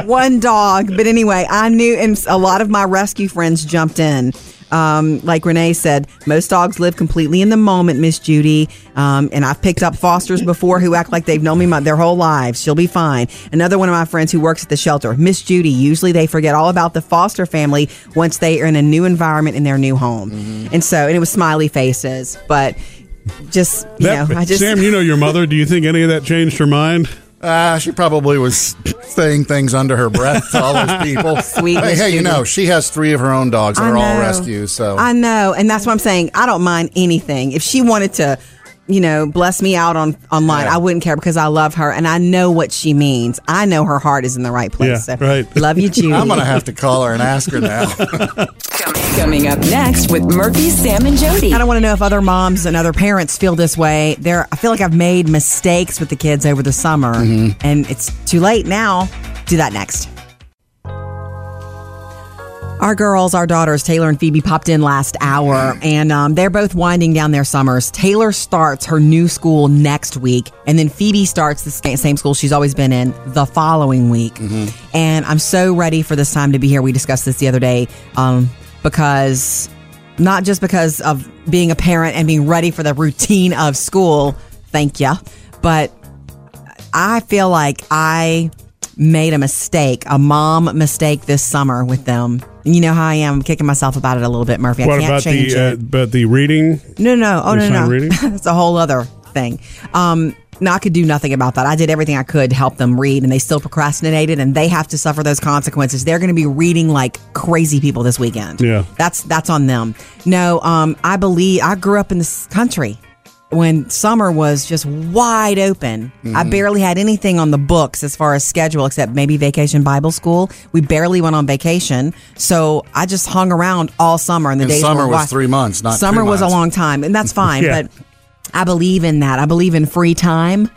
[SPEAKER 2] one dog. But anyway, I knew, and a lot of my rescue friends jumped in. Um, like Renee said, most dogs live completely in the moment, Miss Judy. Um, and I've picked up fosters before who act like they've known me my, their whole lives. She'll be fine. Another one of my friends who works at the shelter, Miss Judy. Usually they forget all about the foster family once they are in a new environment in their new home.
[SPEAKER 1] Mm-hmm.
[SPEAKER 2] And so, and it was smiley faces, but just, you
[SPEAKER 1] That-
[SPEAKER 2] know, I just.
[SPEAKER 1] Sam, you know your mother. Do you think any of that changed her mind?
[SPEAKER 3] Uh, she probably was saying things under her breath to all those people.
[SPEAKER 2] Sweet
[SPEAKER 3] Hey,
[SPEAKER 2] Miss
[SPEAKER 3] hey, you
[SPEAKER 2] Judy.
[SPEAKER 3] know, she has three of her own dogs that
[SPEAKER 2] I
[SPEAKER 3] are all
[SPEAKER 2] know.
[SPEAKER 3] rescues. So
[SPEAKER 2] I know, and that's what I'm saying. I don't mind anything. If she wanted to, you know, bless me out on online,
[SPEAKER 3] Yeah.
[SPEAKER 2] I wouldn't care because I love her and I know what she means. I know her heart is in the right place.
[SPEAKER 1] Yeah, right.
[SPEAKER 2] Love you, Judy.
[SPEAKER 3] I'm going to have to call her and ask her now.
[SPEAKER 4] Coming up next with Murphy, Sam, and Jody.
[SPEAKER 2] I don't want to know if other moms and other parents feel this way. There, I feel like I've made mistakes with the kids over the summer, and it's too late now. Do that next. Our girls, our daughters, Taylor and Phoebe, popped in last hour, and um, they're both winding down their summers. Taylor starts her new school next week, and then Phoebe starts the sca- same school she's always been in the following week. And I'm so ready for this time to be here. We discussed this the other day um, because not just because of being a parent and being ready for the routine of school. Thank you. But I feel like I made a mistake, a mom mistake this summer with them. You know how I am. I'm kicking myself about it a little bit, Murphy. I
[SPEAKER 1] what
[SPEAKER 2] can't
[SPEAKER 1] about
[SPEAKER 2] change
[SPEAKER 1] the uh,
[SPEAKER 2] it.
[SPEAKER 1] but the reading?
[SPEAKER 2] No, no, oh
[SPEAKER 1] Your
[SPEAKER 2] no, no,
[SPEAKER 1] sign
[SPEAKER 2] no.
[SPEAKER 1] reading?
[SPEAKER 2] That's a whole other thing. Um, no, I could do nothing about that. I did everything I could to help them read, and they still procrastinated, and they have to suffer those consequences. They're going to be reading like crazy people this weekend.
[SPEAKER 1] Yeah.
[SPEAKER 2] that's that's on them. No, um, I believe I grew up in this country when summer was just wide open. I
[SPEAKER 3] Mm-hmm.
[SPEAKER 2] barely had anything on the books as far as schedule, except maybe Vacation Bible School. We barely went on vacation, so I just hung around all summer. And the
[SPEAKER 3] And
[SPEAKER 2] days
[SPEAKER 3] summer
[SPEAKER 2] were
[SPEAKER 3] was
[SPEAKER 2] wi-
[SPEAKER 3] three months, not
[SPEAKER 2] summer
[SPEAKER 3] two
[SPEAKER 2] was a
[SPEAKER 3] months.
[SPEAKER 2] long time, and that's fine.
[SPEAKER 1] Yeah.
[SPEAKER 2] But I believe in that. I believe in free time.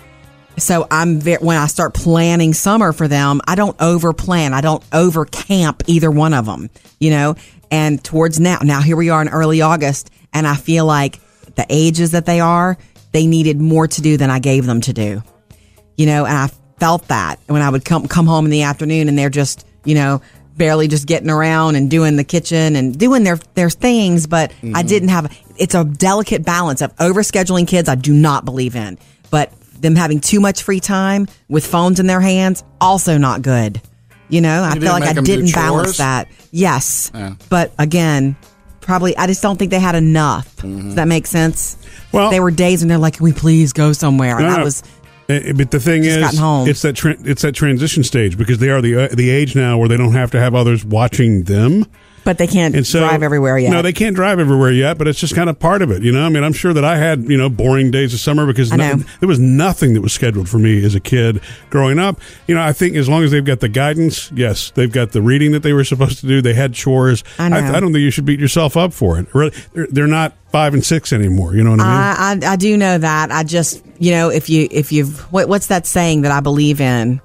[SPEAKER 2] So I'm ve- when I start planning summer for them, I don't over plan. I don't over camp either one of them, you know. And towards now, now here we are in early August, and I feel like the ages that they are, they needed more to do than I gave them to do, you know. And I felt that when I would come come home in the afternoon, and they're just you know barely just getting around and doing the kitchen and doing their their things, but I
[SPEAKER 3] Mm-hmm.
[SPEAKER 2] didn't have. It's a delicate balance of overscheduling kids. I do not believe in, but them having too much free time with phones in their hands also not good. You know, I
[SPEAKER 3] didn't
[SPEAKER 2] feel like
[SPEAKER 3] make
[SPEAKER 2] I
[SPEAKER 3] 'em do
[SPEAKER 2] didn't balance
[SPEAKER 3] chores?
[SPEAKER 2] that. Yes, but again, probably I just don't think they had enough.
[SPEAKER 3] Mm-hmm.
[SPEAKER 2] Does that make sense?
[SPEAKER 3] Oh.
[SPEAKER 1] Well-
[SPEAKER 2] there were days when they're like, "Can we please go somewhere?" And
[SPEAKER 1] No,
[SPEAKER 2] I
[SPEAKER 1] no.
[SPEAKER 2] was
[SPEAKER 1] Uh, But the thing
[SPEAKER 2] Just
[SPEAKER 1] is,
[SPEAKER 2] gotten home.
[SPEAKER 1] it's that tra- it's that transition stage because they are the uh, the age now where they don't have to have others watching them,
[SPEAKER 2] but they can't
[SPEAKER 1] and so
[SPEAKER 2] drive everywhere yet.
[SPEAKER 1] No, they can't drive everywhere yet, but it's just kind of part of it, you know. I mean, I'm sure that I had you know boring days of summer because
[SPEAKER 2] I know.
[SPEAKER 1] nothing- there was nothing that was scheduled for me as a kid growing up. You know, I think as long as they've got the guidance, yes, they've got the reading that they were supposed to do. They had chores.
[SPEAKER 2] I know.
[SPEAKER 1] I, don't think you should beat yourself up for it. Really, they're, they're not five and six anymore. You know what I mean?
[SPEAKER 2] I, I I do know that. I just you know if you if you've what, what's that saying that I believe in.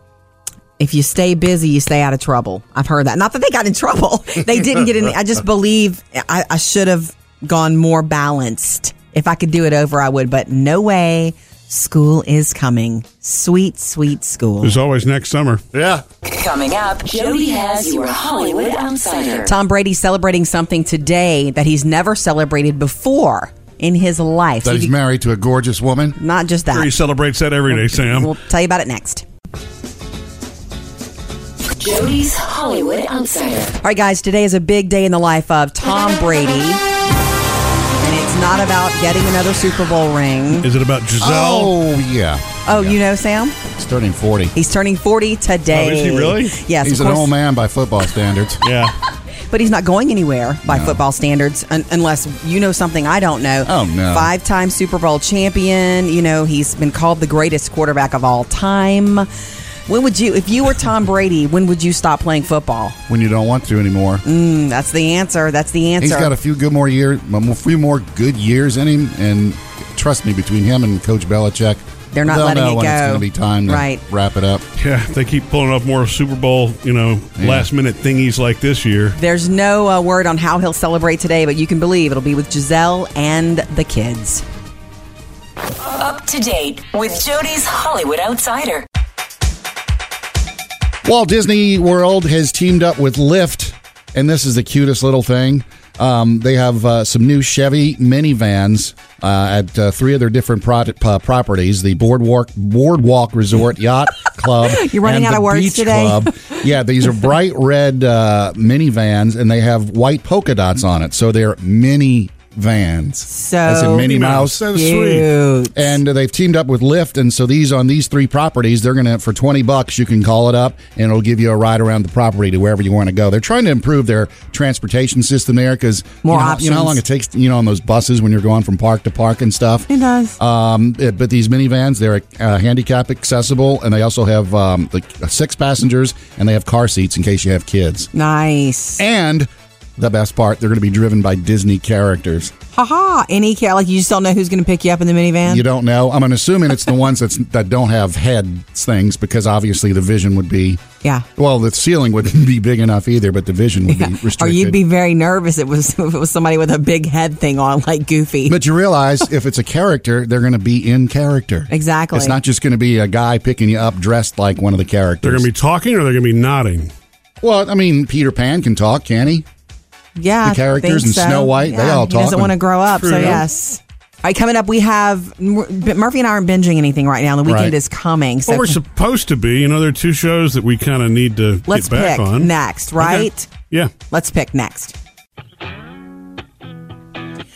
[SPEAKER 2] If you stay busy, you stay out of trouble. I've heard that. Not that they got in trouble. They didn't get in. I just believe I, I should have gone more balanced. If I could do it over, I would. But no way. School is coming. Sweet, sweet school.
[SPEAKER 1] There's always next summer.
[SPEAKER 3] Yeah.
[SPEAKER 4] Coming up, Jody has your Hollywood Outsider.
[SPEAKER 2] Tom Brady's celebrating something today that he's never celebrated before in his life. So
[SPEAKER 3] That he's
[SPEAKER 2] you-
[SPEAKER 3] married to a gorgeous woman.
[SPEAKER 2] not just
[SPEAKER 1] Sure, he
[SPEAKER 2] that.
[SPEAKER 1] celebrates that every day, Sam.
[SPEAKER 2] We'll tell you about it next.
[SPEAKER 4] Jody's Hollywood Outsider.
[SPEAKER 2] All right, guys, today is a big day in the life of Tom Brady. And it's not about getting another Super Bowl ring.
[SPEAKER 1] Is it about Giselle?
[SPEAKER 3] Oh, yeah.
[SPEAKER 2] Oh, you know, Sam?
[SPEAKER 3] He's turning 40.
[SPEAKER 2] He's turning 40 today.
[SPEAKER 1] Oh, is he really?
[SPEAKER 2] Yes.
[SPEAKER 3] He's
[SPEAKER 2] of
[SPEAKER 3] an
[SPEAKER 2] course,
[SPEAKER 3] old man by football standards.
[SPEAKER 1] Yeah.
[SPEAKER 2] But he's not going anywhere by football standards un- unless you know something I don't know.
[SPEAKER 3] Oh, no.
[SPEAKER 2] Five time Super Bowl champion. You know, he's been called the greatest quarterback of all time. When would you, if you were Tom Brady, when would you stop playing football?
[SPEAKER 3] When you don't want to anymore.
[SPEAKER 2] Mm, That's the answer. That's the answer.
[SPEAKER 3] He's got a few good more years, a few more good years in him, and trust me, between him and Coach Belichick,
[SPEAKER 2] They're not
[SPEAKER 3] they'll
[SPEAKER 2] letting
[SPEAKER 3] know
[SPEAKER 2] it
[SPEAKER 3] when it's
[SPEAKER 2] go.
[SPEAKER 3] going to be time to
[SPEAKER 2] Right.
[SPEAKER 3] wrap it up.
[SPEAKER 1] Yeah, they keep pulling off more Super Bowl, you know, last minute thingies like this year.
[SPEAKER 2] There's no uh, word on how he'll celebrate today, but you can believe it'll be with Giselle and the kids.
[SPEAKER 4] Up to date with Jody's Hollywood Outsider.
[SPEAKER 3] Walt Disney World has teamed up with Lyft, and this is the cutest little thing. Um, they have uh, some new Chevy minivans uh, at uh, three of their different pro- uh, properties: the Boardwalk Boardwalk Resort Yacht Club.
[SPEAKER 2] You're running
[SPEAKER 3] and
[SPEAKER 2] out
[SPEAKER 3] the
[SPEAKER 2] of words
[SPEAKER 3] Beach
[SPEAKER 2] today.
[SPEAKER 3] Club. Yeah, these are bright red uh, minivans, and they have white polka dots on it, so they're mini vans.
[SPEAKER 2] So
[SPEAKER 3] As in Minnie Mouse.
[SPEAKER 1] That's sweet.
[SPEAKER 2] Cute.
[SPEAKER 3] And they've teamed up with Lyft, and so these on these three properties, they're gonna for twenty bucks you can call it up, and it'll give you a ride around the property to wherever you want to go. They're trying to improve their transportation system there because
[SPEAKER 2] More
[SPEAKER 3] you know, you know how
[SPEAKER 2] options.
[SPEAKER 3] long it takes, you know, on those buses when you're going from park to park and stuff.
[SPEAKER 2] It does.
[SPEAKER 3] Um, it- but these minivans, they're uh, handicap accessible, and they also have um, like six passengers, and they have car seats in case you have kids.
[SPEAKER 2] nice.
[SPEAKER 3] And the best part, they're going to be driven by Disney characters.
[SPEAKER 2] Haha. Any care? Like you just don't know who's going to pick you up in the minivan.
[SPEAKER 3] You don't know. I'm assuming it's the ones that's, that don't have head things because obviously the vision would be.
[SPEAKER 2] yeah.
[SPEAKER 3] Well, the ceiling wouldn't be big enough either, but the vision would be restricted.
[SPEAKER 2] Or you'd be very nervous. It was if it was somebody with a big head thing on, like Goofy.
[SPEAKER 3] But you realize if it's a character, they're going to be in character.
[SPEAKER 2] Exactly.
[SPEAKER 3] It's not just going to be a guy picking you up dressed like one of the characters.
[SPEAKER 1] They're going to be talking or they're going to be nodding?
[SPEAKER 3] Well, I mean, Peter Pan can talk, can he?
[SPEAKER 2] Yeah,
[SPEAKER 3] The characters
[SPEAKER 2] I think
[SPEAKER 3] in Snow White, they all
[SPEAKER 2] He doesn't
[SPEAKER 3] talking.
[SPEAKER 2] want to grow up,
[SPEAKER 3] True
[SPEAKER 2] so
[SPEAKER 3] enough.
[SPEAKER 2] yes. All right, coming up, we have Murphy and I aren't binging anything right now. The weekend
[SPEAKER 1] Right.
[SPEAKER 2] is coming, so
[SPEAKER 1] Well, we're supposed to be. You know, there are two shows that we kind of need to
[SPEAKER 2] let's
[SPEAKER 1] get back
[SPEAKER 2] pick
[SPEAKER 1] on.
[SPEAKER 2] next, right?
[SPEAKER 1] Yeah.
[SPEAKER 2] Let's pick next.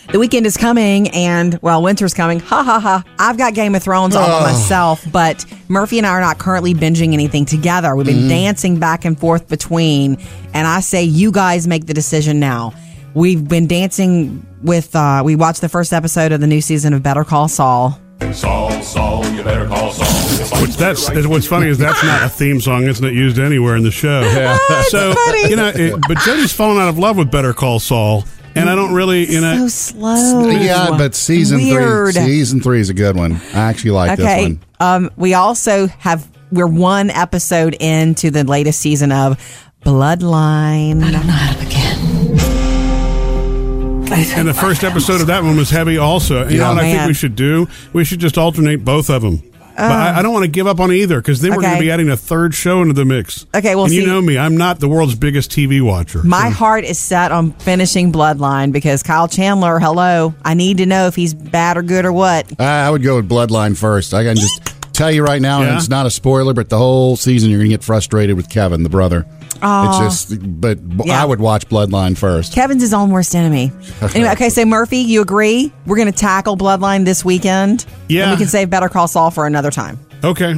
[SPEAKER 2] The weekend is coming, and well, winter's coming. Ha ha ha! I've got Game of Thrones all
[SPEAKER 11] Oh.
[SPEAKER 2] by myself, but Murphy and I are not currently binging anything together. We've been
[SPEAKER 11] Mhm.
[SPEAKER 2] dancing back and forth between, and I say you guys make the decision now. We've been dancing with. Uh, we watched the first episode of the new season of Better Call Saul.
[SPEAKER 1] Saul, Saul, you better call Saul. Which that's is- what's funny is that's not a theme song. It's not used anywhere in the show.
[SPEAKER 3] Yeah.
[SPEAKER 2] Oh,
[SPEAKER 1] so
[SPEAKER 3] funny.
[SPEAKER 1] you know, it, but Jody's fallen out of love with Better Call Saul, and I don't really, you know,
[SPEAKER 2] so slow.
[SPEAKER 3] Uh, Yeah, but season
[SPEAKER 2] Oh, Weird.
[SPEAKER 3] three, season three is a good one. I actually like
[SPEAKER 2] okay.
[SPEAKER 3] this one.
[SPEAKER 2] Um, we also have we're one episode into the latest season of Bloodline. I don't know how to
[SPEAKER 1] And the first episode of that one was heavy, also. You
[SPEAKER 2] Yeah.
[SPEAKER 1] know what I think
[SPEAKER 2] Man.
[SPEAKER 1] we should do? We should just alternate both of them. but I, I don't want to give up on either because then we're going
[SPEAKER 2] Oh. Okay.
[SPEAKER 1] to be adding a third show into the mix.
[SPEAKER 2] Okay, well,
[SPEAKER 1] and you
[SPEAKER 2] see-
[SPEAKER 1] know me, I'm not the world's biggest TV watcher.
[SPEAKER 2] My heart is set on finishing Bloodline because Kyle Chandler. Hello, I need to know if he's bad or good or what.
[SPEAKER 3] Ah, I I would go with Bloodline first. I can just tell you right now,
[SPEAKER 2] Yeah.
[SPEAKER 3] and it's not a spoiler, but the whole season you're going to get frustrated with Kevin, the brother.
[SPEAKER 2] Aw.
[SPEAKER 3] It's just, but b-
[SPEAKER 2] Yeah.
[SPEAKER 3] I would watch Bloodline first.
[SPEAKER 2] Kevin's his own worst enemy. Anyway, okay, so Murphy, you agree? We're going to tackle Bloodline this weekend.
[SPEAKER 1] Yeah.
[SPEAKER 2] and we can save Better Call Saul for another time.
[SPEAKER 1] Okay.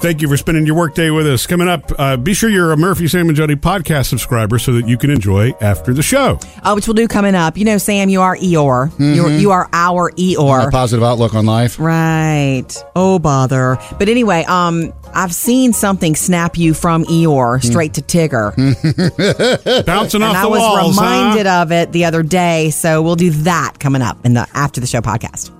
[SPEAKER 1] Thank you for spending your workday with us. Coming up, uh, be sure you're a Murphy, Sam, and Jody podcast subscriber so that you can enjoy after the show.
[SPEAKER 2] Uh, which we'll do coming up. You know, Sam, you are Eeyore. You're,
[SPEAKER 3] Mhm.
[SPEAKER 2] you are our Eeyore.
[SPEAKER 3] A positive outlook on life.
[SPEAKER 2] Right. Oh bother. But anyway, um, I've seen something snap you from Eeyore straight to Tigger.
[SPEAKER 1] Bouncing Hmm.
[SPEAKER 2] and
[SPEAKER 1] off
[SPEAKER 2] I
[SPEAKER 1] the
[SPEAKER 2] was
[SPEAKER 1] walls, huh?
[SPEAKER 2] reminded of it the other day, so we'll do that coming up in the after the show podcast.